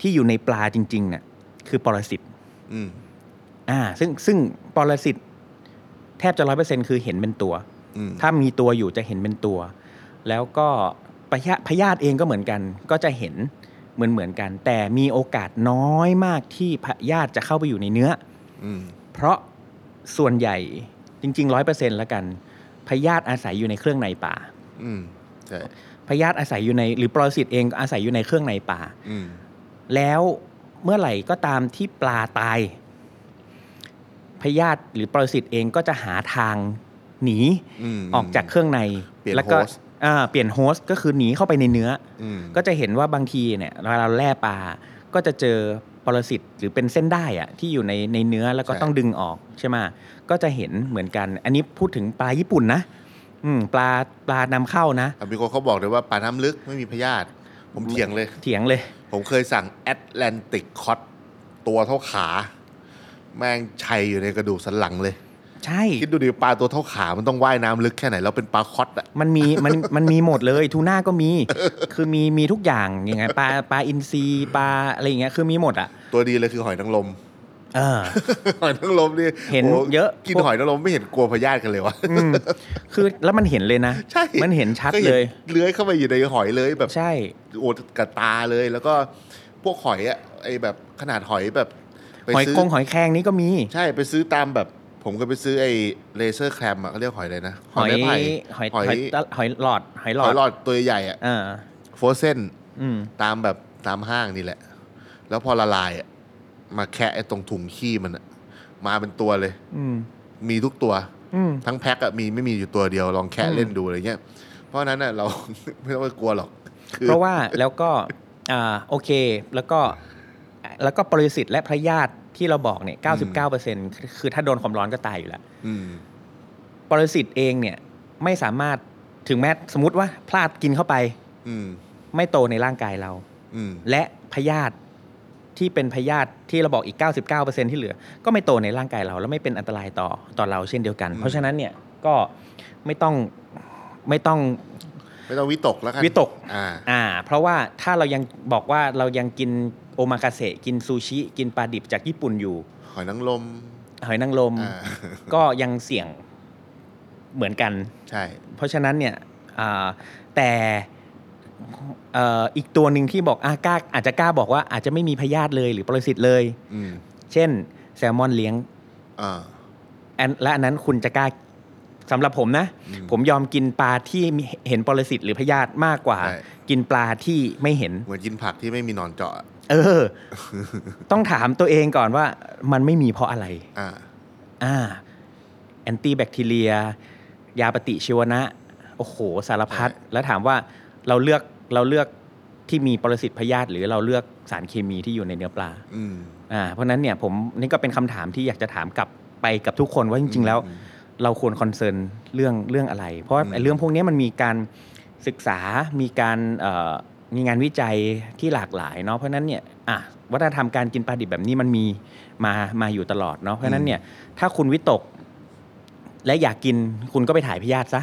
Speaker 3: ที่อยู่ในปลาจริงๆเนี่ยคือปรสิต
Speaker 2: อืม
Speaker 3: อ่าซึ่งซึ่งปรสิตแทบจะร้อยเปอร์เซ็นคือเห็นเป็นตัว
Speaker 2: อืม
Speaker 3: ถ้ามีตัวอยู่จะเห็นเป็นตัว แล้วก็พยาพยาธิเองก็เหมือนกัน ก็จะเห็นเหมือนเหมือนกัน แต่มีโอกาสน้อยมากที่พยาธิจะเข้าไปอยู่ในเนื้อ
Speaker 2: อืม
Speaker 3: เพราะส่วนใหญ่จริงๆร้อยเปอร์เซ็นต์ละกันพยาธิอาศัยอยู่ในเครื่องในป่า
Speaker 2: อืมใช่
Speaker 3: พยาธิอาศัยอยู่ในหรือปรสิตเองก็อาศัยอยู่ในเครื่องในป่า
Speaker 2: อืม
Speaker 3: แล้วเมื่อไหร่ก็ตามที่ปลาตายพยาธิหรือปรสิตเองก็จะหาทางหนี
Speaker 2: อืม
Speaker 3: ออกจากเครื่องใน
Speaker 2: เปลี่ยน
Speaker 3: แล้วก็
Speaker 2: โฮสต์
Speaker 3: อ่าเปลี่ยนโฮสต์ก็คือหนีเข้าไปในเนื้อ
Speaker 2: อืม
Speaker 3: ก็จะเห็นว่าบางทีเนี่ยเวลาเราแล่ปลาก็จะเจอปรสิตหรือเป็นเส้นได้อะที่อยู่ในในเนื้อแล้วก็ต้องดึงออกใช่ไหมก็จะเห็นเหมือนกัน อันนี้พูดถึงปลาญี่ปุ่นนะ อืมปลาปลานำเข้านะ
Speaker 2: อ่ะมีคนเขาบอกเลยว่าปลาน้ำลึกไม่มีพยาธิผมเถียงเลย
Speaker 3: เถียงเลย
Speaker 2: ผมเคยสั่งแอตแลนติกคอตตัวเท่าขา แม่งชัยอยู่ในกระดูกสันหลังเลย
Speaker 3: ใช่
Speaker 2: คิดดูดิปลาตัวเท่าขามันต้องว่ายน้ำลึกแค่ไหน แล้วเป็นปลาคอตอะ
Speaker 3: มันมีมันมันมีหมดเลยทูน่าก็มี คือมีมีทุกอย่างยังไงปลาปลาอินทรีปลาอะไรอย่างเงี้ยคือมีหมดอ่ะ
Speaker 2: ตัวดีเลยคือหอยนางรม
Speaker 3: เออ
Speaker 2: หอยนางรมนี่
Speaker 3: เห็น
Speaker 2: โ
Speaker 3: เยอะ
Speaker 2: กิน
Speaker 3: พวก
Speaker 2: หอยนางรมไม่เห็นกลัวพยาธิกันเลยวะ
Speaker 3: อืมคือแล้วมันเห็นเลยนะ
Speaker 2: ใช่
Speaker 3: มันเห็นชัด
Speaker 2: ก็
Speaker 3: เลย
Speaker 2: เลื้อยเข้าไปอยู่ในหอยเลยแบบ
Speaker 3: ใช่
Speaker 2: โอดกับตาเลยแล้วก็พวกหอยอะไอแบบขนาดหอยแบบไป
Speaker 3: หอย
Speaker 2: ซื้อ
Speaker 3: กงหอยแครงนี่ก็มี
Speaker 2: ใช่ไปซื้อตามแบบผมเคยไปซื้อไอ้เลเซอร์แคลมอะเขาเรียกหอยอะไรนะ
Speaker 3: หอย
Speaker 2: ไม้ไผ่
Speaker 3: หอย
Speaker 2: หอย
Speaker 3: หอยตะหอยหลอดหอยหล
Speaker 2: ห
Speaker 3: อ
Speaker 2: อ
Speaker 3: ด
Speaker 2: ยหลอดตัวใหญ่อะ
Speaker 3: เออ
Speaker 2: โฟเซน
Speaker 3: อืม
Speaker 2: ตามแบบตามห้างนี่แหละ แล้วพอละลายอะมาแคะไอ้ตรงถุงขี้มันอะมาเป็นตัวเลย
Speaker 3: อืม
Speaker 2: มีทุกตัว
Speaker 3: อืม
Speaker 2: ทั้งแพ็คอะมีไม่มีอยู่ตัวเดียวลองแคะ
Speaker 3: อืม
Speaker 2: เล่นดูอะไรเงี้ย เพราะฉะนั้นอะเรา ไม่ต้องไปกลัวหรอกคือ
Speaker 3: เพราะว่าแล้วก็อ่าโอเคแล้วก็แล้วก็ปรสิตและพระญาติที่เราบอกเนี่ย99%คือถ้าโดนความร้อนก็ตายอยู่แล้ว
Speaker 2: อืม
Speaker 3: ปรสิตเองเนี่ยไม่สามารถถึงแม้สมมติว่าพลาดกินเข้าไป
Speaker 2: อืม
Speaker 3: ไม่โตในร่างกายเรา
Speaker 2: อืม
Speaker 3: และพยาธิที่เป็นพยาธิที่เราบอกอีก 99%ที่เหลือ ก็ไม่โตในร่างกายเรา แล้วไม่เป็นอันตรายต่อต่อเราเช่นเดียวกัน
Speaker 2: อืม
Speaker 3: เพราะฉะนั้นเนี่ยก็ไม่ต้องไม่ต้อง
Speaker 2: ไม่ต้องวิตกแล้วกัน
Speaker 3: วิตก
Speaker 2: อ่า
Speaker 3: อ่า เพราะว่าถ้าเรายังบอกว่าเรายังกินโอมากาเสะกินซูชิ กินปลาดิบจากญี่ปุ่นอยู่
Speaker 2: หอยนางรม
Speaker 3: หอยนางรม
Speaker 2: อ่า
Speaker 3: ก็ยังเสี่ยง เหมือนกัน
Speaker 2: ใช่
Speaker 3: เพราะฉะนั้นเนี่ยอ่าแต่เอ่ออีกตัวหนึ่งที่บอกอากล้าอาจจะกล้าบอกว่าอาจจะไม่มีพยาธิเลยหรือปรสิตเลย
Speaker 2: อืม
Speaker 3: เช่นแซลมอนเลี้ยง
Speaker 2: อ่า
Speaker 3: อันและอันนั้นคุณจะกล้าสำหรับผมนะ
Speaker 2: อื
Speaker 3: ผมยอมกินปลาที่มีเห็นปรสิตหรือพยาธิมากกว่า
Speaker 2: ใช่
Speaker 3: กินปลาที่ไม่เห็น
Speaker 2: เหมือนกินผักที่ไม่มีหนอนเจาะอะ
Speaker 3: เออ ต้องถามตัวเองก่อนว่ามันไม่มีเพราะอะไร
Speaker 2: อ่า
Speaker 3: อ่าแอนตี้แบคทีเรีย ยาปฏิชีวนะ โอ้โห สารพัด
Speaker 2: ใช่
Speaker 3: แล้วถามว่าเราเลือกเราเลือกที่มีปรสิตพยาธิหรือเราเลือกสารเคมีที่อยู่ในเนื้อปลา
Speaker 2: อืม
Speaker 3: อ่าเพราะฉะนั้นเนี่ยผมนี่ก็เป็นคำถามที่อยากจะถามกลับไปกับทุกคนว่าจริง ๆ แล้ว
Speaker 2: อืม
Speaker 3: เราควรคอนเซิร์นเรื่องเรื่องอะไร เพราะว่า
Speaker 2: อืม
Speaker 3: ไอ้เรื่องพวกนี้มันมีการศึกษา มีการเอ่อมีงานวิจัยที่หลากหลายเนาะ เพราะฉะนั้นเนี่ยอ่ะวัฒนธรรมการกินปลาดิบแบบนี้มันมีมา มาอยู่ตลอดเนาะ เพราะฉะนั้น
Speaker 2: อืม
Speaker 3: เนี่ยถ้าคุณวิตกและอยากกินคุณก็ไปถ่ายพยาธิซะ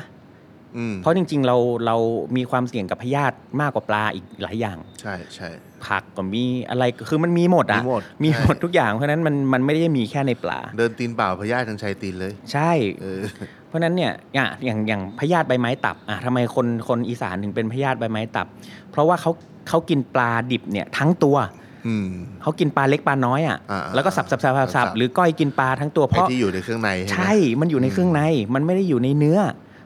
Speaker 2: อืม
Speaker 3: เพราะจริง ๆ เราเรามีความเสี่ยงกับพยาธิมากกว่าปลาอีกหลายอย่าง
Speaker 2: ใช่ใช่
Speaker 3: ผักก็มีอะไร คือมันมีหมดอะ
Speaker 2: มีหมด
Speaker 3: มีหมด
Speaker 2: ใช่
Speaker 3: ทุกอย่าง เพราะฉะนั้นมันมันไม่ได้มีแค่ในปลา
Speaker 2: เดินตีนเปล่าพญาติทางชายตีนเลย
Speaker 3: ใช่
Speaker 2: เออ
Speaker 3: เพราะฉะนั้นเนี่ยอ่ะอย่างอย่างพยาธิใบไม้ตับอ่ะทำไมคนคนอีสานถึงเป็นพยาธิใบไม้ตับ เพราะว่าเขาเขากินปลาดิบเนี่ยทั้งตัว
Speaker 2: อืม
Speaker 3: เขากินปลาเล็กปลาน้อยอ่ะ
Speaker 2: อ่าๆ
Speaker 3: แล้วก็สับสับสับสับ
Speaker 2: สั
Speaker 3: สับบ หรือก้อยกินปลาทั้งตัวเพ
Speaker 2: ไอ้
Speaker 3: ราะ
Speaker 2: ที่อยู่ในเครื่องในใช่ไหม
Speaker 3: ใช่มันอยู่ในเครื่องในมันไม่ได้อยู่ในเนื้อ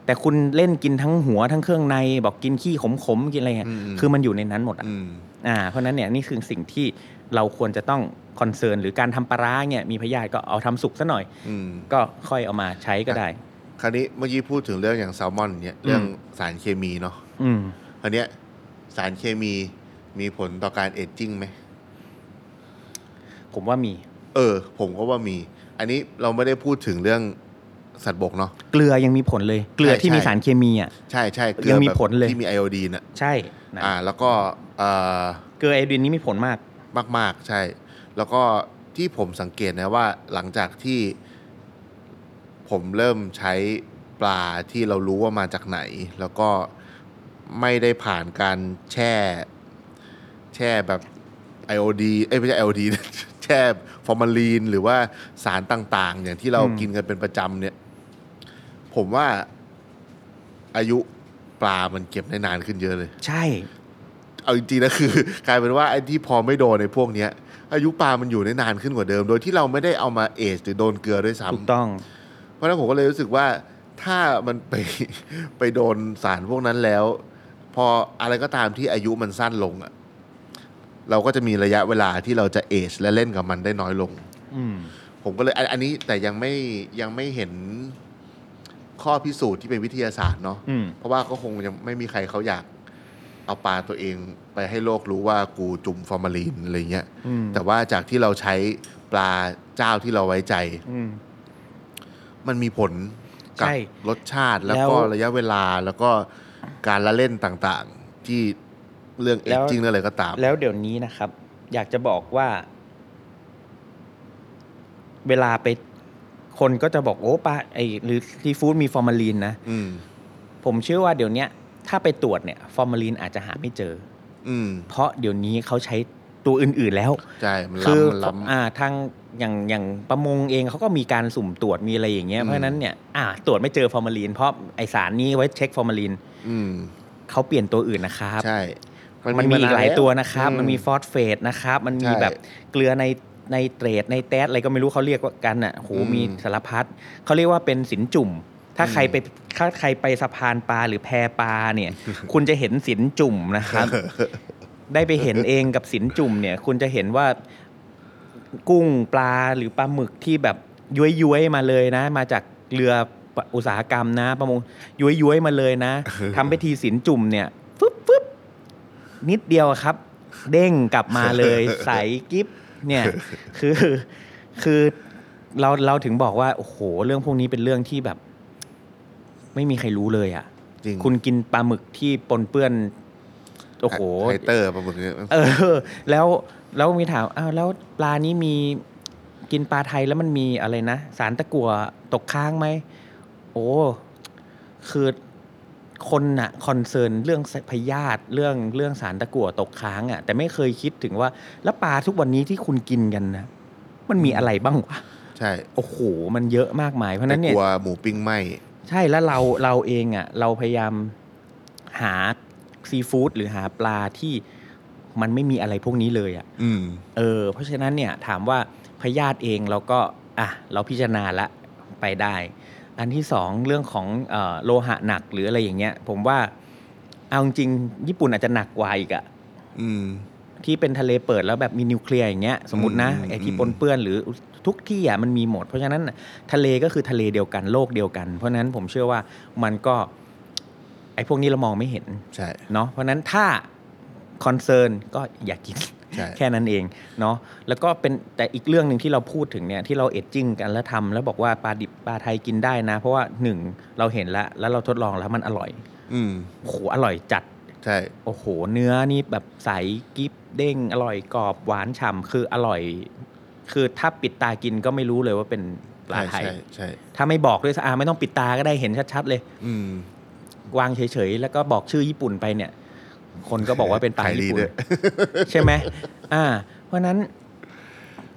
Speaker 3: แต่คุณเล่นกินทั้งหัวทั้งเครื่องใน บอกกินขี้ขมขมๆกินอะไรเงี้ย
Speaker 2: อืม
Speaker 3: คือมันอยู่ในนั้นหมดอะ
Speaker 2: อืม
Speaker 3: อ่าเพราะฉะนั้นเนี่ยนี่คือสิ่งที่เราควรจะต้องคอนเซิร์นหรือการทำปลาร้าเนี่ยมีพยาธิก็เอาทำสุกซะหน่อย
Speaker 2: อืม
Speaker 3: ก็ค่อยเอามาใช้ก็ได้
Speaker 2: คราวนี้เมื่อกี้พูดถึงเรื่องอย่างแซลมอนเนี่ยเรื่องสารเคมีเนาะ
Speaker 3: อืม
Speaker 2: คราวเนี้ยสารเคมีมีผลต่อการเอจจิ้งไหม
Speaker 3: ผมว่ามี
Speaker 2: เออ ผมก็ว่ามี อันนี้เราไม่ได้พูดถึงเรื่องสัตว์บกเนาะ
Speaker 3: เกลือยังมีผลเลยเกลือที่
Speaker 2: ใช่
Speaker 3: มีสารเคมีอ่ะ
Speaker 2: ใช่ใช่เกลื
Speaker 3: ยังมี
Speaker 2: แบบ
Speaker 3: ผลเลย
Speaker 2: ที่มีไอโอดีนอะ
Speaker 3: ใช่นะ
Speaker 2: อ่า แล้วก็เอ่อ
Speaker 3: เกลือไอโอดินนี่มีผลมาก
Speaker 2: มาก ๆ ใช่ แล้วก็ที่ผมสังเกตนะว่าหลังจากที่ผมเริ่มใช้ปลาที่เรารู้ว่ามาจากไหน แล้วก็ไม่ได้ผ่านการแช่ แช่แบบไอโอดีเอ้ยไม่ใช่ไอโอดี แช่ฟอร์มาลีน หรือว่าสารต่าง ๆ อย่างที่เรา
Speaker 3: อืม
Speaker 2: กินกันเป็นประจำเนี่ย ผมว่าอายุปลามันเก็บได้นานขึ้นเยอะเลย
Speaker 3: ใช่
Speaker 2: เอาจริงๆนะคือ กลายเป็นว่าไอ้ที่พอไม่โดนในพวกเนี้ย อายุปลามันอยู่ได้นานขึ้นกว่าเดิม โดยที่เราไม่ได้เอามาเอจหรือโดนเกลือด้วย
Speaker 3: ถูก
Speaker 2: ซ้ำ
Speaker 3: ต้อง
Speaker 2: เพราะฉะนั้นผมก็เลยรู้สึกว่าถ้ามัน ไป ไปโดนสารพวกนั้นแล้ว พออะไรก็ตามที่อายุมันสั้นลงอะเราก็จะมีระยะเวลาที่เราจะเอจและเล่นกับมันได้น้อยลง
Speaker 3: อืม
Speaker 2: ผมก็เลยอันอันนี้แต่ยังไม่ยังไม่เห็นข้อพิสูจน์ที่เป็นวิทยาศาสตร์เนาะ
Speaker 3: อืม
Speaker 2: เพราะว่าก็คงยังไม่มีใครเขาอยากเอาปลาตัวเองไปให้โลกรู้ว่ากูจุ่มฟอร์มาลีนอะไรเงี้ย
Speaker 3: อืม
Speaker 2: แต่ว่าจากที่เราใช้ปลาเจ้าที่เราไว้ใจ
Speaker 3: อืม
Speaker 2: มันมีผลกับ
Speaker 3: ใช่
Speaker 2: รสชาติแล้วก็
Speaker 3: แล้ว
Speaker 2: ระยะเวลาแล้วก็การละเล่นต่างๆ ที่เรื่องเอ
Speaker 3: แล้
Speaker 2: จ
Speaker 3: ว
Speaker 2: จิ้งอะไรก็ตาม
Speaker 3: แล้วเดี๋ยวนี้นะครับ อยากจะบอกว่า เวลาไปคนก็จะบอกโอ้ปลาไอหรือซีฟู้ดมีฟอร์มาลีนนะ
Speaker 2: อืม
Speaker 3: ผมเชื่อว่าเดี๋ยวเนี้ยถ้าไปตรวจเนี่ยฟอร์มาลีนอาจจะหาไม่เจอ
Speaker 2: อืม
Speaker 3: เพราะเดี๋ยวนี้เขาใช้ตัวอื่น ๆแล้ว
Speaker 2: ใช่ มัน
Speaker 3: คือ
Speaker 2: ล้ำมันล้
Speaker 3: อ่าทางอย่างอย่างประมงเองเขาก็มีการสุ่มตรวจมีอะไรอย่างเงี้ย
Speaker 2: อืม
Speaker 3: เพราะฉะนั้นเนี่ยอ่าตรวจไม่เจอฟอร์มาลีน เพราะไอสารนี้ไว้เช็คฟอร์มาลีน
Speaker 2: ำอืม
Speaker 3: เขาเปลี่ยนตัวอื่นนะครับ
Speaker 2: ใช่
Speaker 3: มันมีอีกหลาย
Speaker 2: แ
Speaker 3: ตัวนะครับ
Speaker 2: อื
Speaker 3: มันมีฟอสเฟตนะครับมันมี
Speaker 2: ใช่
Speaker 3: แบบเกลือในในเตรดในแตสอะไรก็ไม่รู้เขาเรียกว่ากันอ่ะโห
Speaker 2: อืม
Speaker 3: มีสารพัดเขาเรียกว่าเป็นสินจุ่ม ถ้าใครไปถ้าใครไปสะพานปลาหรือแพปลา เนี่ย คุณจะเห็นสินจุ่มนะครับ ได้ไปเห็นเองกับสินจุ่มเนี่ย คุณจะเห็นว่า กุ้งปลาหรือปลาหมึกที่แบบย้วยย้ยๆมาเลยนะ มาจากเรืออุตสาหกรรมนะประมงย้วยย้ยๆมาเลยนะ ทำไปทีสินจุ่มเนี่ยฟึบฟึบนิดเดียวครับ เด้งกลับมา เลย ใสกิ๊บเนี่ย คือคือเราเราถึงบอกว่า โอ้โห เรื่องพวกนี้เป็นเรื่องที่แบบ ไม่มีใครรู้เลยอ่ะ
Speaker 2: จริง
Speaker 3: คุณกินปลาหมึกที่ปนเปื้อน โอ้โห
Speaker 2: ไทเตอร์ประมาณนี้
Speaker 3: เออ แล้วแล้วมีถามอ้าวแล้วปลานี้มีกินปลาไทยแล้วมันมีอะไรนะ สารตะกั่วตกค้างไหม โอ้ คือคนน่ะคอนเซิร์นเรื่องพยาธิเรื่องเรื่องสารตะกั่วตกค้างอะ่ะแต่ไม่เคยคิดถึงว่า แล้วปลาทุกวันนี้ที่คุณกินกันนะมันมีอะไรบ้างวะ
Speaker 2: ใช่
Speaker 3: โอ้โห มันเยอะมากมายเพราะฉะ
Speaker 2: แต่
Speaker 3: นั้
Speaker 2: ก
Speaker 3: นเนี่ย
Speaker 2: ลัวหมูปิ้งไหม
Speaker 3: ใช่แล้วเราเราเองอ่ะ เราพยายามหาซีฟู้ดหรือหาปลาที่มันไม่มีอะไรพวกนี้เลยอ่ะ
Speaker 2: อืม
Speaker 3: เออเพราะฉะนั้นเนี่ยถามว่าพยาธิเองเราก็อ่ะเราพิจารณาละไปได้ อันที่สองเรื่องของเออโลหะหนักหรืออะไรอย่างเงี้ย ผมว่าเอาจริงๆญี่ปุ่นอาจจะหนักกว่าอีกอะ
Speaker 2: อืม
Speaker 3: ที่เป็นทะเลเปิดแล้วแบบมีนิวเคลียร์อย่างเงี้ยสมมตินะ
Speaker 2: อืม
Speaker 3: ไอที่
Speaker 2: อืม
Speaker 3: ปนเปื้อนหรือทุกที่อะมันมีหมด เพราะฉะนั้นน่ะทะเลก็คือทะเลเดียวกันโลกเดียวกัน เพราะฉะนั้นผมเชื่อว่ามันก็ไอพวกนี้เรามองไม่เห็น
Speaker 2: ใช่
Speaker 3: เนาะเพราะฉะนั้นถ้าคอนเซิร์นก็อย่ากกิน
Speaker 2: ใช่
Speaker 3: แค่นั้นเองเนาะแล้วก็เป็นแต่อีกเรื่องหนึ่งที่เราพูดถึงเนี่ยที่เราเอดจิ้งกันแล้วทำแล้วบอกว่าปลาดิบปลาไทยกินได้นะ เพราะว่าหนึ่งเราเห็นแล้วแล้วเราทดลองแล้วมันอร่อย
Speaker 2: อืม
Speaker 3: โอ้โหอร่อยจัด
Speaker 2: ใช่
Speaker 3: โอ้โห เนื้อนี่แบบใสกริบเด้ง อร่อยกรอบหวานฉ่ำคืออร่อย คือถ้าปิดตากินก็ไม่รู้เลยว่าเป็นปลา
Speaker 2: ใช่
Speaker 3: ไทย
Speaker 2: ใช่ใช่
Speaker 3: ถ้าไม่บอกด้วยสะอาไม่ต้องปิดตาก็ได้เห็นชัดๆเลย
Speaker 2: อืม
Speaker 3: วางเฉยๆ แล้วก็บอกชื่อญี่ปุ่นไปเนี่ย คนก็บอกว่าเป็นปลา
Speaker 2: ขายดี
Speaker 3: ญี่ปุ่น
Speaker 2: ด้วย
Speaker 3: ใช่ไหมอ่า เพราะฉะนั้น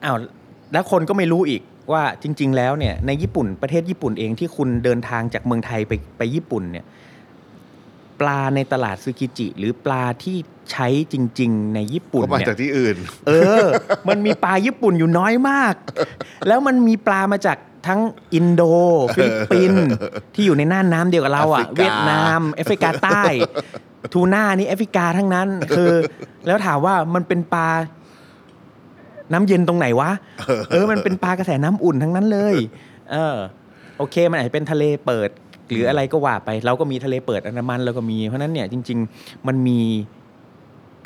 Speaker 3: อ้าวแล้วคนก็ไม่รู้อีกว่าจริง ๆ แล้วเนี่ย ในญี่ปุ่นประเทศญี่ปุ่นเองที่คุณเดินทางจากเมืองไทยไปไปญี่ปุ่นเนี่ย ปลาในตลาดซูกิจิ หรือปลาที่ใช้จริง ๆ ในญี่ปุ่น
Speaker 2: ก็มา
Speaker 3: เนี่ย
Speaker 2: จากที่อื่น
Speaker 3: เออ มันมีปลาญี่ปุ่นอยู่น้อยมาก แล้วมันมีปลามาจากทั้งอินโด ฟิลิปปินส์ที่อยู่ในน่านน้ำเดียวกับเราอ่ะ
Speaker 2: แอฟริกา
Speaker 3: เวียดนาม แอฟริกาใต้ ทูน่านี่แอฟริกาทั้งนั้น คือ แล้วถามว่ามันเป็นปลา น้ำเย็นตรงไหนวะ เออ มันเป็นปลากระแสน้ำอุ่นทั้งนั้นเลย เออ โอเค มันอาจจะเป็นทะเลเปิด หรืออะไรก็ว่าไป เราก็มีทะเลเปิดอันดามันเราก็มี เพราะฉะนั้นเนี่ยจริง ๆ มันมี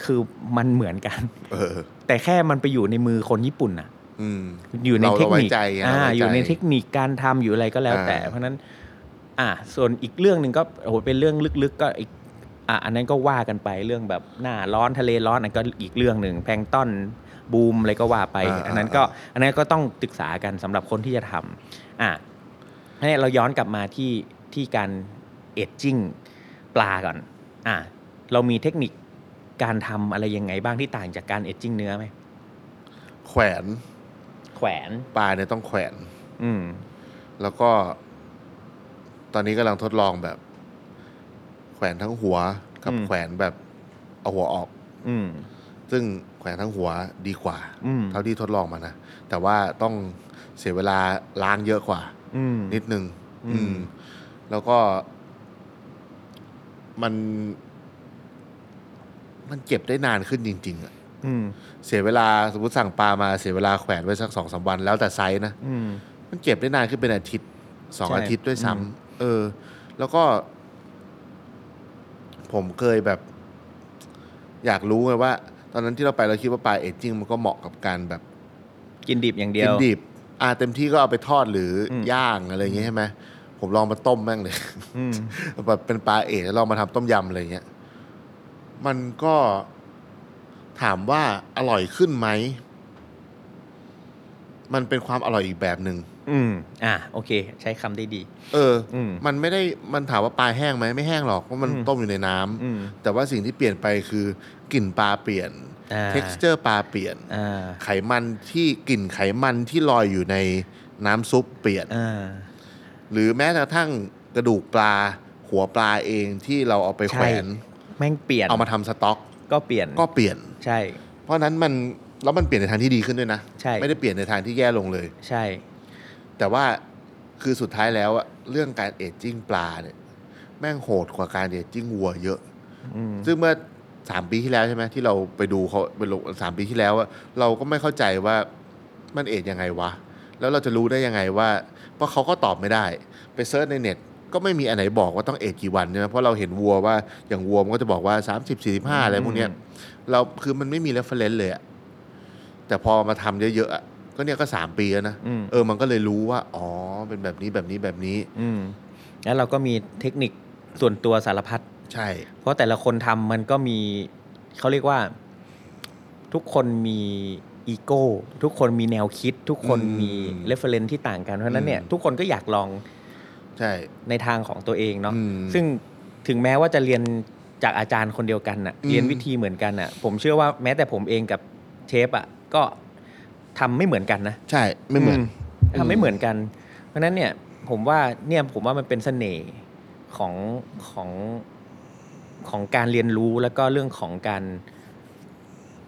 Speaker 3: คือมันเหมือนกัน
Speaker 2: เออ
Speaker 3: แต่แค่มันไปอยู่ในมือคนญี่ปุ่นน่ะ
Speaker 2: อืม
Speaker 3: อยู่ใน
Speaker 2: เรา
Speaker 3: เทค
Speaker 2: ไว้
Speaker 3: นิค
Speaker 2: ใจไง
Speaker 3: อ่า
Speaker 2: เราไว้ใจ
Speaker 3: อยู่ในเทคนิคการทำอยู่อะไรก็แล้วแต่
Speaker 2: อ่า
Speaker 3: เพราะฉะนั้น อ่า ส่วนอีกเรื่องหนึ่งก็โอ้โหเป็นเรื่องลึกๆก็อีกอ่ะอันนั้นก็ว่ากันไปเรื่องแบบหน้าร้อนทะเลร้อนอันก็อีกเรื่องหนึ่งแพลงก์ต้อนบูมอะไรก็ว่าไป
Speaker 2: อ่า
Speaker 3: อันนั้นก็อันนั้นก็ต้องศึกษากันสำหรับคนที่จะทำอ่ะให้เราย้อนกลับมาที่ที่การเอจจิ้งปลาก่อน อ่ะเรามีเทคนิคการทำอะไรยังไงบ้างที่ต่างจากการเอจจิ้งเนื้อไหม
Speaker 2: แขวน
Speaker 3: แขวน
Speaker 2: ปลาเนี่ยต้องแขวน
Speaker 3: อืม
Speaker 2: แล้วก็ ตอนนี้กำลังทดลองแบบ แขวนทั้งหัวกับ
Speaker 3: อืม
Speaker 2: แขวนแบบเอาหัวออก
Speaker 3: อืม
Speaker 2: ซึ่งแขวนทั้งหัวดีกว่า
Speaker 3: อืม
Speaker 2: เท่าที่ทดลองมานะ แต่ว่าต้องเสียเวลาล้างเยอะกว่า
Speaker 3: อืม
Speaker 2: นิดนึง
Speaker 3: อืม
Speaker 2: อืม แล้วก็มัน มันเก็บได้นานขึ้นจริง ๆอะ
Speaker 3: อืม
Speaker 2: เสียเวลาสมมติสั่งปลามาเสียเวลาแขวนไว้สักสองสามวัน แล้วแต่ไซส์นะ
Speaker 3: อืม
Speaker 2: มันเก็บได้นานขึ้นเป็นอาทิตย์สอง
Speaker 3: ใช่
Speaker 2: อาทิตย์ด้วยซ้
Speaker 3: อืม
Speaker 2: ำเออ แล้วก็ ผมเคยแบบ อยากรู้ไงว่า ตอนนั้นที่เราไปเราคิดว่าปลาเอจจิ้งมันก็เหมาะกับการแบบ
Speaker 3: กินดิบอย่างเดี
Speaker 2: กิ
Speaker 3: ย
Speaker 2: น
Speaker 3: ว
Speaker 2: ดิบอ่าเต็มที่ก็เอาไปทอดหรืออ
Speaker 3: ม
Speaker 2: ย่างอะไรอย่างเงี้ยใช่ไหมผมลองมาต้มแม่งเลย
Speaker 3: อืม
Speaker 2: แบบเป็นปลาเอ๋แล้วลองมาทำต้มยำอะไรอย่างเงี้ย มันก็ถามว่าอร่อยขึ้นไหม มันเป็นความอร่อยอีกแบบหนึ่ง
Speaker 3: อืม อ่ะโอเค ใช้คำได้ดี
Speaker 2: เออ
Speaker 3: อืม
Speaker 2: มันไม่ได้ มันถามว่าปลาแห้งไหมไม่แห้งหรอก เพราะมัน
Speaker 3: อืม
Speaker 2: ต้มอยู่ในน้ำ
Speaker 3: อืม
Speaker 2: แต่ว่าสิ่งที่เปลี่ยนไปคือกลิ่นปลาเปลี่ยน
Speaker 3: อ่า
Speaker 2: texture ปลาเปลี่ยน
Speaker 3: อ่า
Speaker 2: ไขมันที่กลิ่นไขมันที่ลอยอยู่ในน้ำซุปเปลี่ยน
Speaker 3: อ่า
Speaker 2: หรือแม้กระทั่งกระดูกปลา หัวปลาเองที่เราเอาไปแขวน
Speaker 3: ใแม่งเปลี่ยน
Speaker 2: เอามาทำสต็อก
Speaker 3: ก็เปลี่ยน
Speaker 2: ก็เปลี่ยน
Speaker 3: ใช่
Speaker 2: เพราะฉะนั้นมันแล้วมันเปลี่ยนในทางที่ดีขึ้นด้วยนะ
Speaker 3: ใช่
Speaker 2: ไม่ได้เปลี่ยนในทางที่แย่ลงเลย
Speaker 3: ใช่
Speaker 2: แต่ว่าคือสุดท้ายแล้วอะเรื่องการเอจจิ้งปลาเนี่ยแม่งโหดกว่าการเอจจิ้งวัวเยอะ
Speaker 3: อืม
Speaker 2: ซึ่งเมื่อสามปีที่แล้วใช่ไหมที่เราไปดูเขาไปลงสามปีที่แล้วอะเราก็ไม่เข้าใจว่ามันเอจยังไงวะ แล้วเราจะรู้ได้ยังไงว่า เพราะเขาก็ตอบไม่ได้ ไปเซิร์ชในเน็ต ก็ไม่มีอันไหนบอกว่าต้องเอจกี่วันใช่ไหมเพราะเราเห็นวัวว่าอย่างวัวมันก็จะบอกว่า 30 45 อะไรพวกเนี้ย
Speaker 3: อืม
Speaker 2: เราคือมันไม่มี reference เลยอะแต่พอมาทำเยอะๆอะก็เนี่ยก็ 3 ปีแล้วนะ
Speaker 3: อืม
Speaker 2: เออ มันก็เลยรู้ว่า อ๋อ เป็นแบบนี้แบบนี้แบบนี้
Speaker 3: อืม แล้วเราก็มีเทคนิคส่วนตัวสารพัด
Speaker 2: ใช่
Speaker 3: เพราะแต่ละคนทำมันก็มีเขาเรียกว่า ทุกคนมีอีโก้ทุกคนมีแนวคิด ทุกคน
Speaker 2: อืม
Speaker 3: มีเรฟเฟรนที่ต่างกันเพราะฉะนั้นเนี่ย
Speaker 2: อืม
Speaker 3: ทุกคนก็อยากลอง
Speaker 2: ใช่
Speaker 3: ในทางของตัวเองเนาะ
Speaker 2: อืม
Speaker 3: ซึ่งถึงแม้ว่าจะเรียนจากอาจารย์คนเดียวกันน่ะ
Speaker 2: อืม
Speaker 3: เรียนวิธีเหมือนกันน่ะ ผมเชื่อว่าแม้แต่ผมเองกับเชฟอ่ะก็ทำไม่เหมือนกันนะ
Speaker 2: ใช่ ไม่เหมือน
Speaker 3: ทำไม่เหมือนกัน เพราะฉะนั้นเนี่ย ผมว่าเนี่ยผมว่ามันเป็นเสน่ห์ของของของการเรียนรู้แล้วก็เรื่องของการ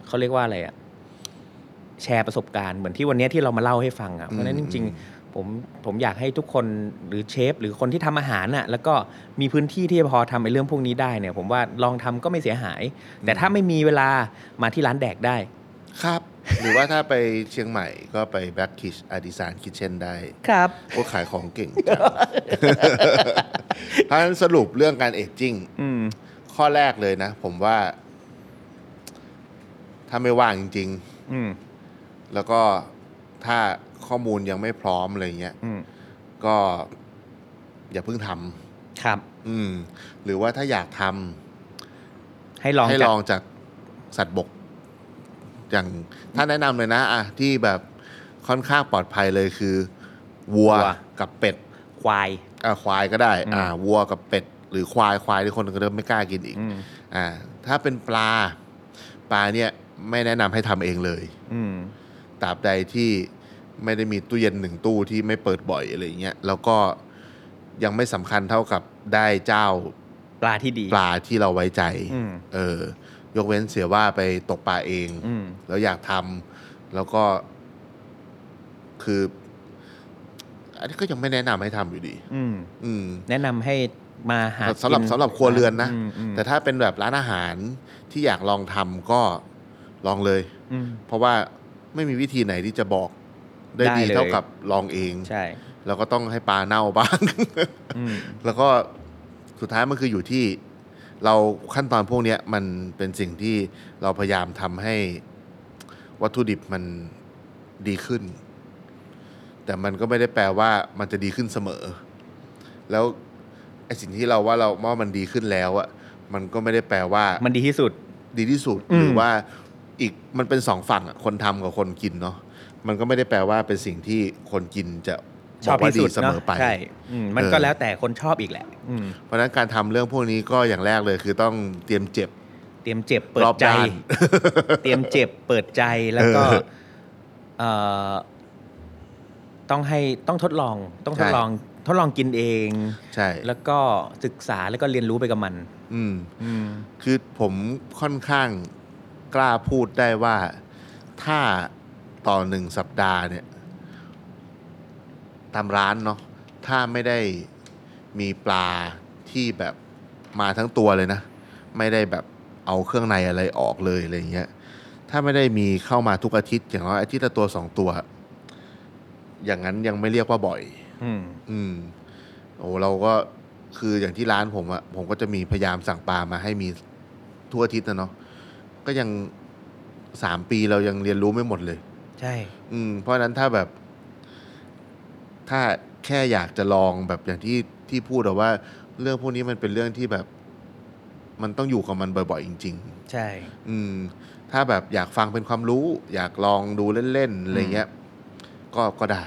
Speaker 3: เขาเรียกว่าอะไรอะแชร์ประสบการณ์เหมือนที่วันเนี้ยที่เรามาเล่าให้ฟังอะเพราะฉะนั้นจริง ๆ ผมผมอยากให้ทุกคนหรือเชฟ หรือคนที่ทำอาหารน่ะ แล้วก็มีพื้นที่ที่จะพอทำไอ้เรื่องพวกนี้ได้เนี่ย ผมว่าลองทำก็ไม่เสียหาย แต่ถ้าไม่มีเวลามาที่ร้านแดกได้
Speaker 2: ครับ หรือว่าถ้าไปเชียงใหม่ก็ไป Black Kish a d i s a n Kitchen ได้
Speaker 3: ครับ
Speaker 2: โอ้ขายของเก่งจัง เพราะฉะนั้นสรุปเรื่องการเอจจิ้ง
Speaker 3: อืม
Speaker 2: ข้อแรกเลยนะ ผมว่า ถ้าไม่ว่างจริง
Speaker 3: อืม
Speaker 2: ๆ แล้วก็ถ้าข้อมูลยังไม่พร้อมอะไรเงี้ย
Speaker 3: อืม
Speaker 2: ก็ อย่าเพิ่งท
Speaker 3: ครับ
Speaker 2: ำอืม หรือว่าถ้าอยากท
Speaker 3: ให้ลอ
Speaker 2: ำ
Speaker 3: ง
Speaker 2: ให้
Speaker 3: กั
Speaker 2: ล
Speaker 3: บ
Speaker 2: องจากสัตว์บก อย่างถ้าแนะนำเลยนะอ่ะที่แบบค่อนข้างปลอดภัยเลยคือ วัว
Speaker 3: วัว
Speaker 2: กับเป็ด
Speaker 3: ควาย
Speaker 2: อ่ะควายก็ได้
Speaker 3: อืม
Speaker 2: อ่าวัวกับเป็ด หรือควายควายที่คนก็เริ่มไม่กล้ากินอีก
Speaker 3: อืม
Speaker 2: อ่า ถ้าเป็นปลา ปลาเนี่ยไม่แนะนำให้ทำเองเลย
Speaker 3: อืม
Speaker 2: ตราบใดที่ไม่ได้มีตู้เย็นหนึ่งตู้ที่ไม่เปิดบ่อยอะไรเงี้ย แล้วก็ยังไม่สำคัญเท่ากับได้เจ้า
Speaker 3: ปลาที่ดี
Speaker 2: ปลาที่เราไว้ใจ
Speaker 3: อืม
Speaker 2: เออ ยกเว้นเสียว่าไปตกปลาเอง
Speaker 3: อืม
Speaker 2: แล้วอยากทำแล้วก็คือ อันนี้ก็ยังไม่แนะนำให้ทำอยู่ดี
Speaker 3: อืม
Speaker 2: อืม
Speaker 3: แนะนำให้มาหากิน
Speaker 2: สำหรับสำหรับครัวเรือนนะ
Speaker 3: อืมอืม
Speaker 2: แต่ถ้าเป็นแบบร้านอาหารที่อยากลองทำก็ลองเลย
Speaker 3: อืม
Speaker 2: เพราะว่าไม่มีวิธีไหนที่จะบอกได้
Speaker 3: ได้
Speaker 2: ดี
Speaker 3: เลย
Speaker 2: เท่ากับลองเอง
Speaker 3: ใช่
Speaker 2: แล้วก็ต้องให้ปลาเน่าบ้าง
Speaker 3: อืม
Speaker 2: แล้วก็สุดท้ายมันคืออยู่ที่ เราขั้นตอนพวกเนี้ยมันเป็นสิ่งที่เราพยายามทำให้วัตถุดิบมันดีขึ้น แต่มันก็ไม่ได้แปลว่ามันจะดีขึ้นเสมอ แล้วไอสิ่งที่เราว่าเราว่ามันดีขึ้นแล้วอะมันก็ไม่ได้แปลว่า
Speaker 3: มันดีที่สุด
Speaker 2: ดีที่สุด
Speaker 3: อืม
Speaker 2: หรือว่าอีกมันเป็นสองฝั่งอะคนทำกับคนกินเนาะมันก็ไม่ได้แปลว่าเป็นสิ่งที่คนกินจะ
Speaker 3: ชอบ
Speaker 2: กว่า
Speaker 3: ที่สุด
Speaker 2: เสมอไป
Speaker 3: นอะใช่อืมมัน
Speaker 2: เออ
Speaker 3: ก็แล้วแต่คนชอบอีกแหละ อืม
Speaker 2: เพราะฉะนั้นการทำเรื่องพวกนี้ก็อย่างแรกเลยคือต้องเตรียมเจ็บ
Speaker 3: เตรียมเจ็บเปิ
Speaker 2: ร
Speaker 3: ด
Speaker 2: อบ
Speaker 3: ใจ
Speaker 2: ด้าน
Speaker 3: เตรียมเจ็บเปิดใจแล้วก็
Speaker 2: เออ
Speaker 3: เอ่อต้องให้ต้องทดลองต้องทด
Speaker 2: ใช่
Speaker 3: ลองทดลองกินเอง
Speaker 2: ใช่
Speaker 3: แล้วก็ศึกษาแล้วก็เรียนรู้ไปกับมัน
Speaker 2: อืม
Speaker 3: อืม
Speaker 2: คือผมค่อนข้างกล้าพูดได้ว่าถ้าต่อหนึ่งสัปดาห์เนี่ย ตามร้านเนาะถ้าไม่ได้มีปลาที่แบบมาทั้งตัวเลยนะ ไม่ได้แบบเอาเครื่องในอะไรออกเลยอะไรอย่างเงี้ยถ้าไม่ได้มีเข้ามาทุกอาทิตย์อย่างน้อยอาทิตย์ละตัวสองตัว อย่างนั้นยังไม่เรียกว่าบ่อย
Speaker 3: อืม
Speaker 2: อืม โอ้เราก็คืออย่างที่ร้านผมอะผมก็จะมีพยายามสั่งปลามาให้มีทั่วอาทิตย์นะเนาะก็ยังสามปีเรายังเรียนรู้ไม่หมดเลย
Speaker 3: ใช่
Speaker 2: อืม เพราะฉะนั้นถ้าแบบ ถ้าแค่อยากจะลองแบบอย่างที่ที่พูดอะว่า เรื่องพวกนี้มันเป็นเรื่องที่แบบ มันต้องอยู่กับมันบ่อยๆจริง ๆ
Speaker 3: ใช่
Speaker 2: อืม ถ้าแบบอยากฟังเป็นความรู้ อยากลองดูเล่นๆอะไรเงี้ย ก็ก็ได้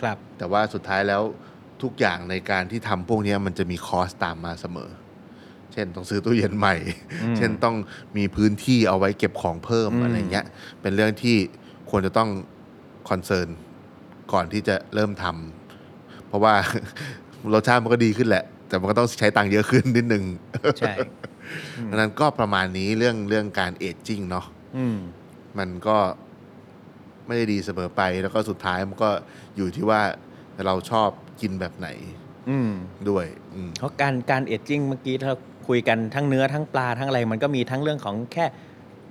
Speaker 3: ครับ
Speaker 2: แต่ว่าสุดท้ายแล้วทุกอย่างในการที่ทำพวกเนี้ยมันจะมีคอสตามมาเสมอ เช่นต้องซื้อตู้เย็นใหม่
Speaker 3: อืม
Speaker 2: เช่นต้องมีพื้นที่เอาไว้เก็บของเพิ่ม
Speaker 3: อืม
Speaker 2: อะไรเงี้ย เป็นเรื่องที่ควรจะต้องคอนเซิร์นก่อนที่จะเริ่มทำเพราะว่า รสชาติมันก็ดีขึ้นแหละ แต่มันก็ต้องใช้ตังค์เยอะขึ้นนิดนึง
Speaker 3: ใช่อืม
Speaker 2: ดังนั้นก็ประมาณนี้เรื่องเรื่องการเอจจิ้งเนาะ
Speaker 3: อืม
Speaker 2: มันก็ไม่ได้ดีเสมอไปแล้วก็สุดท้ายมันก็อยู่ที่ว่าเราชอบกินแบบไหน
Speaker 3: อืม
Speaker 2: ด้วย อืม
Speaker 3: เพราะการการเอจจิ้งเมื่อกี้ถ้าคุยกันทั้งเนื้อทั้งปลาทั้งอะไร มันก็มีทั้งเรื่องของแค่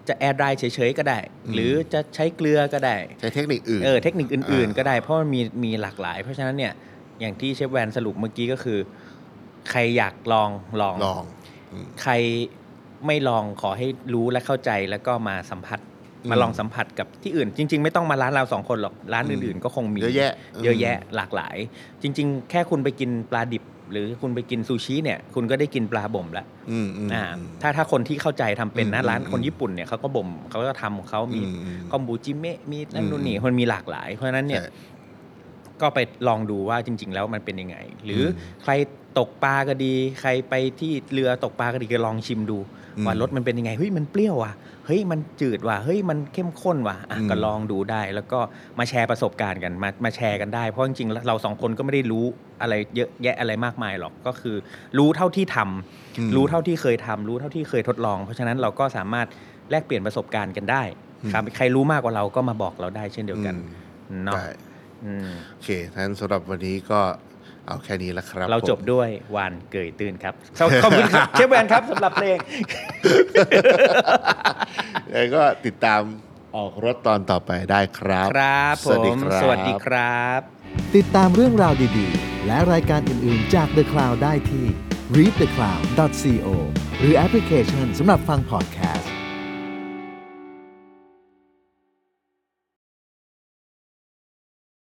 Speaker 3: จะแอร์ไดรเฉยๆก็ได้
Speaker 2: อืม
Speaker 3: หรือจะใช้เกลือก็ได้
Speaker 2: ใช้เทคนิคอื่น
Speaker 3: เออเทคนิคอื่นๆ
Speaker 2: อ่า
Speaker 3: ก็ได้เพราะมันมีมีหลากหลาย เพราะฉะนั้นเนี่ยอย่างที่เชฟแวนสรุปเมื่อกี้ก็คือ ใครอยากลองลอง
Speaker 2: ลองอืม
Speaker 3: ใครไม่ลองขอให้รู้และเข้าใจแล้วก็มาสัมผัส
Speaker 2: อืม
Speaker 3: มาลองสัมผัสกับที่อื่น จริง ๆ ไม่ต้องมาร้านเราสองคนหรอกร้าน
Speaker 2: อืม
Speaker 3: อื่นๆ ก็คงมี
Speaker 2: เยอะแยะอืม
Speaker 3: เยอะแยะหลากหลาย จริง ๆ แค่คุณไปกินปลาดิบ หรือคุณไปกินซูชิเนี่ยคุณก็ได้กินปลาบ่มแล้ว
Speaker 2: อืมอืม
Speaker 3: อ่า
Speaker 2: อืม
Speaker 3: ถ้าถ้าคนที่เข้าใจทำเป็นนะ
Speaker 2: อืม
Speaker 3: ร้านคน
Speaker 2: อืม
Speaker 3: ญี่ปุ่นเนี่ยเขาก็บ่มเขาก็ทำของเขามี
Speaker 2: อืมอืม
Speaker 3: คอมบูจิเมะมีนั่นนู่น
Speaker 2: อืม
Speaker 3: นี่มันมีหลากหลาย เพราะฉะนั้นเนี่ย
Speaker 2: ใช่
Speaker 3: ก็ไปลองดูว่าจริง ๆ แล้วมันเป็นยังไง หรืออใครตกปลาก็ดี ใครไปที่เรือตกปลาก็ดีก็ลองชิมดู
Speaker 2: อืม
Speaker 3: ว่ารสมันเป็นยังไงเฮ้ยมันเปรี้ยวว่ะเฮ้ยมันจืดว่ะเฮ้ยมันเข้มข้นว่ะอ่ะ
Speaker 2: อืม
Speaker 3: ก็ลองดูได้ แล้วก็มาแชร์ประสบการณ์กันมามาแชร์กันได้เพราะจริงๆแล้วเราสองคนก็ไม่ได้รู้อะไรเยอะแยะอะไรมากมายหรอกก็คือ รู้เท่าที่ทำ
Speaker 2: อืม
Speaker 3: รู้เท่าที่เคยทำรู้เท่าที่เคยทดลอง เพราะฉะนั้นเราก็สามารถแลกเปลี่ยนประสบการณ์กันได้ครับใครรู้มากกว่าเราก็มาบอกเราได้เช่นเดียวกัน
Speaker 2: อืม
Speaker 3: เนาะ
Speaker 2: ได้
Speaker 3: อืม
Speaker 2: โอเคท่านสำหรับวันนี้ก็เอาแค่นี้ละครับ
Speaker 3: เราจบ
Speaker 2: ผม
Speaker 3: ด้วยวานเกยตื่น ครับขอบคุณครับ เชฟแวนครับสำหรับเพลง
Speaker 2: แล้วก็ติดตามออกรถตอนต่อไปได้ครับ
Speaker 3: ครับ
Speaker 2: ส
Speaker 3: ผ
Speaker 2: วัสดี
Speaker 3: ม
Speaker 2: ครับ
Speaker 3: สวัสดีครับ
Speaker 1: ติดตามเรื่องราวดีๆ และรายการอื่นๆจาก The Cloud ได้ที่ readthecloud.co หรือแอปพลิเคชันสำหรับฟังพอดแคสต์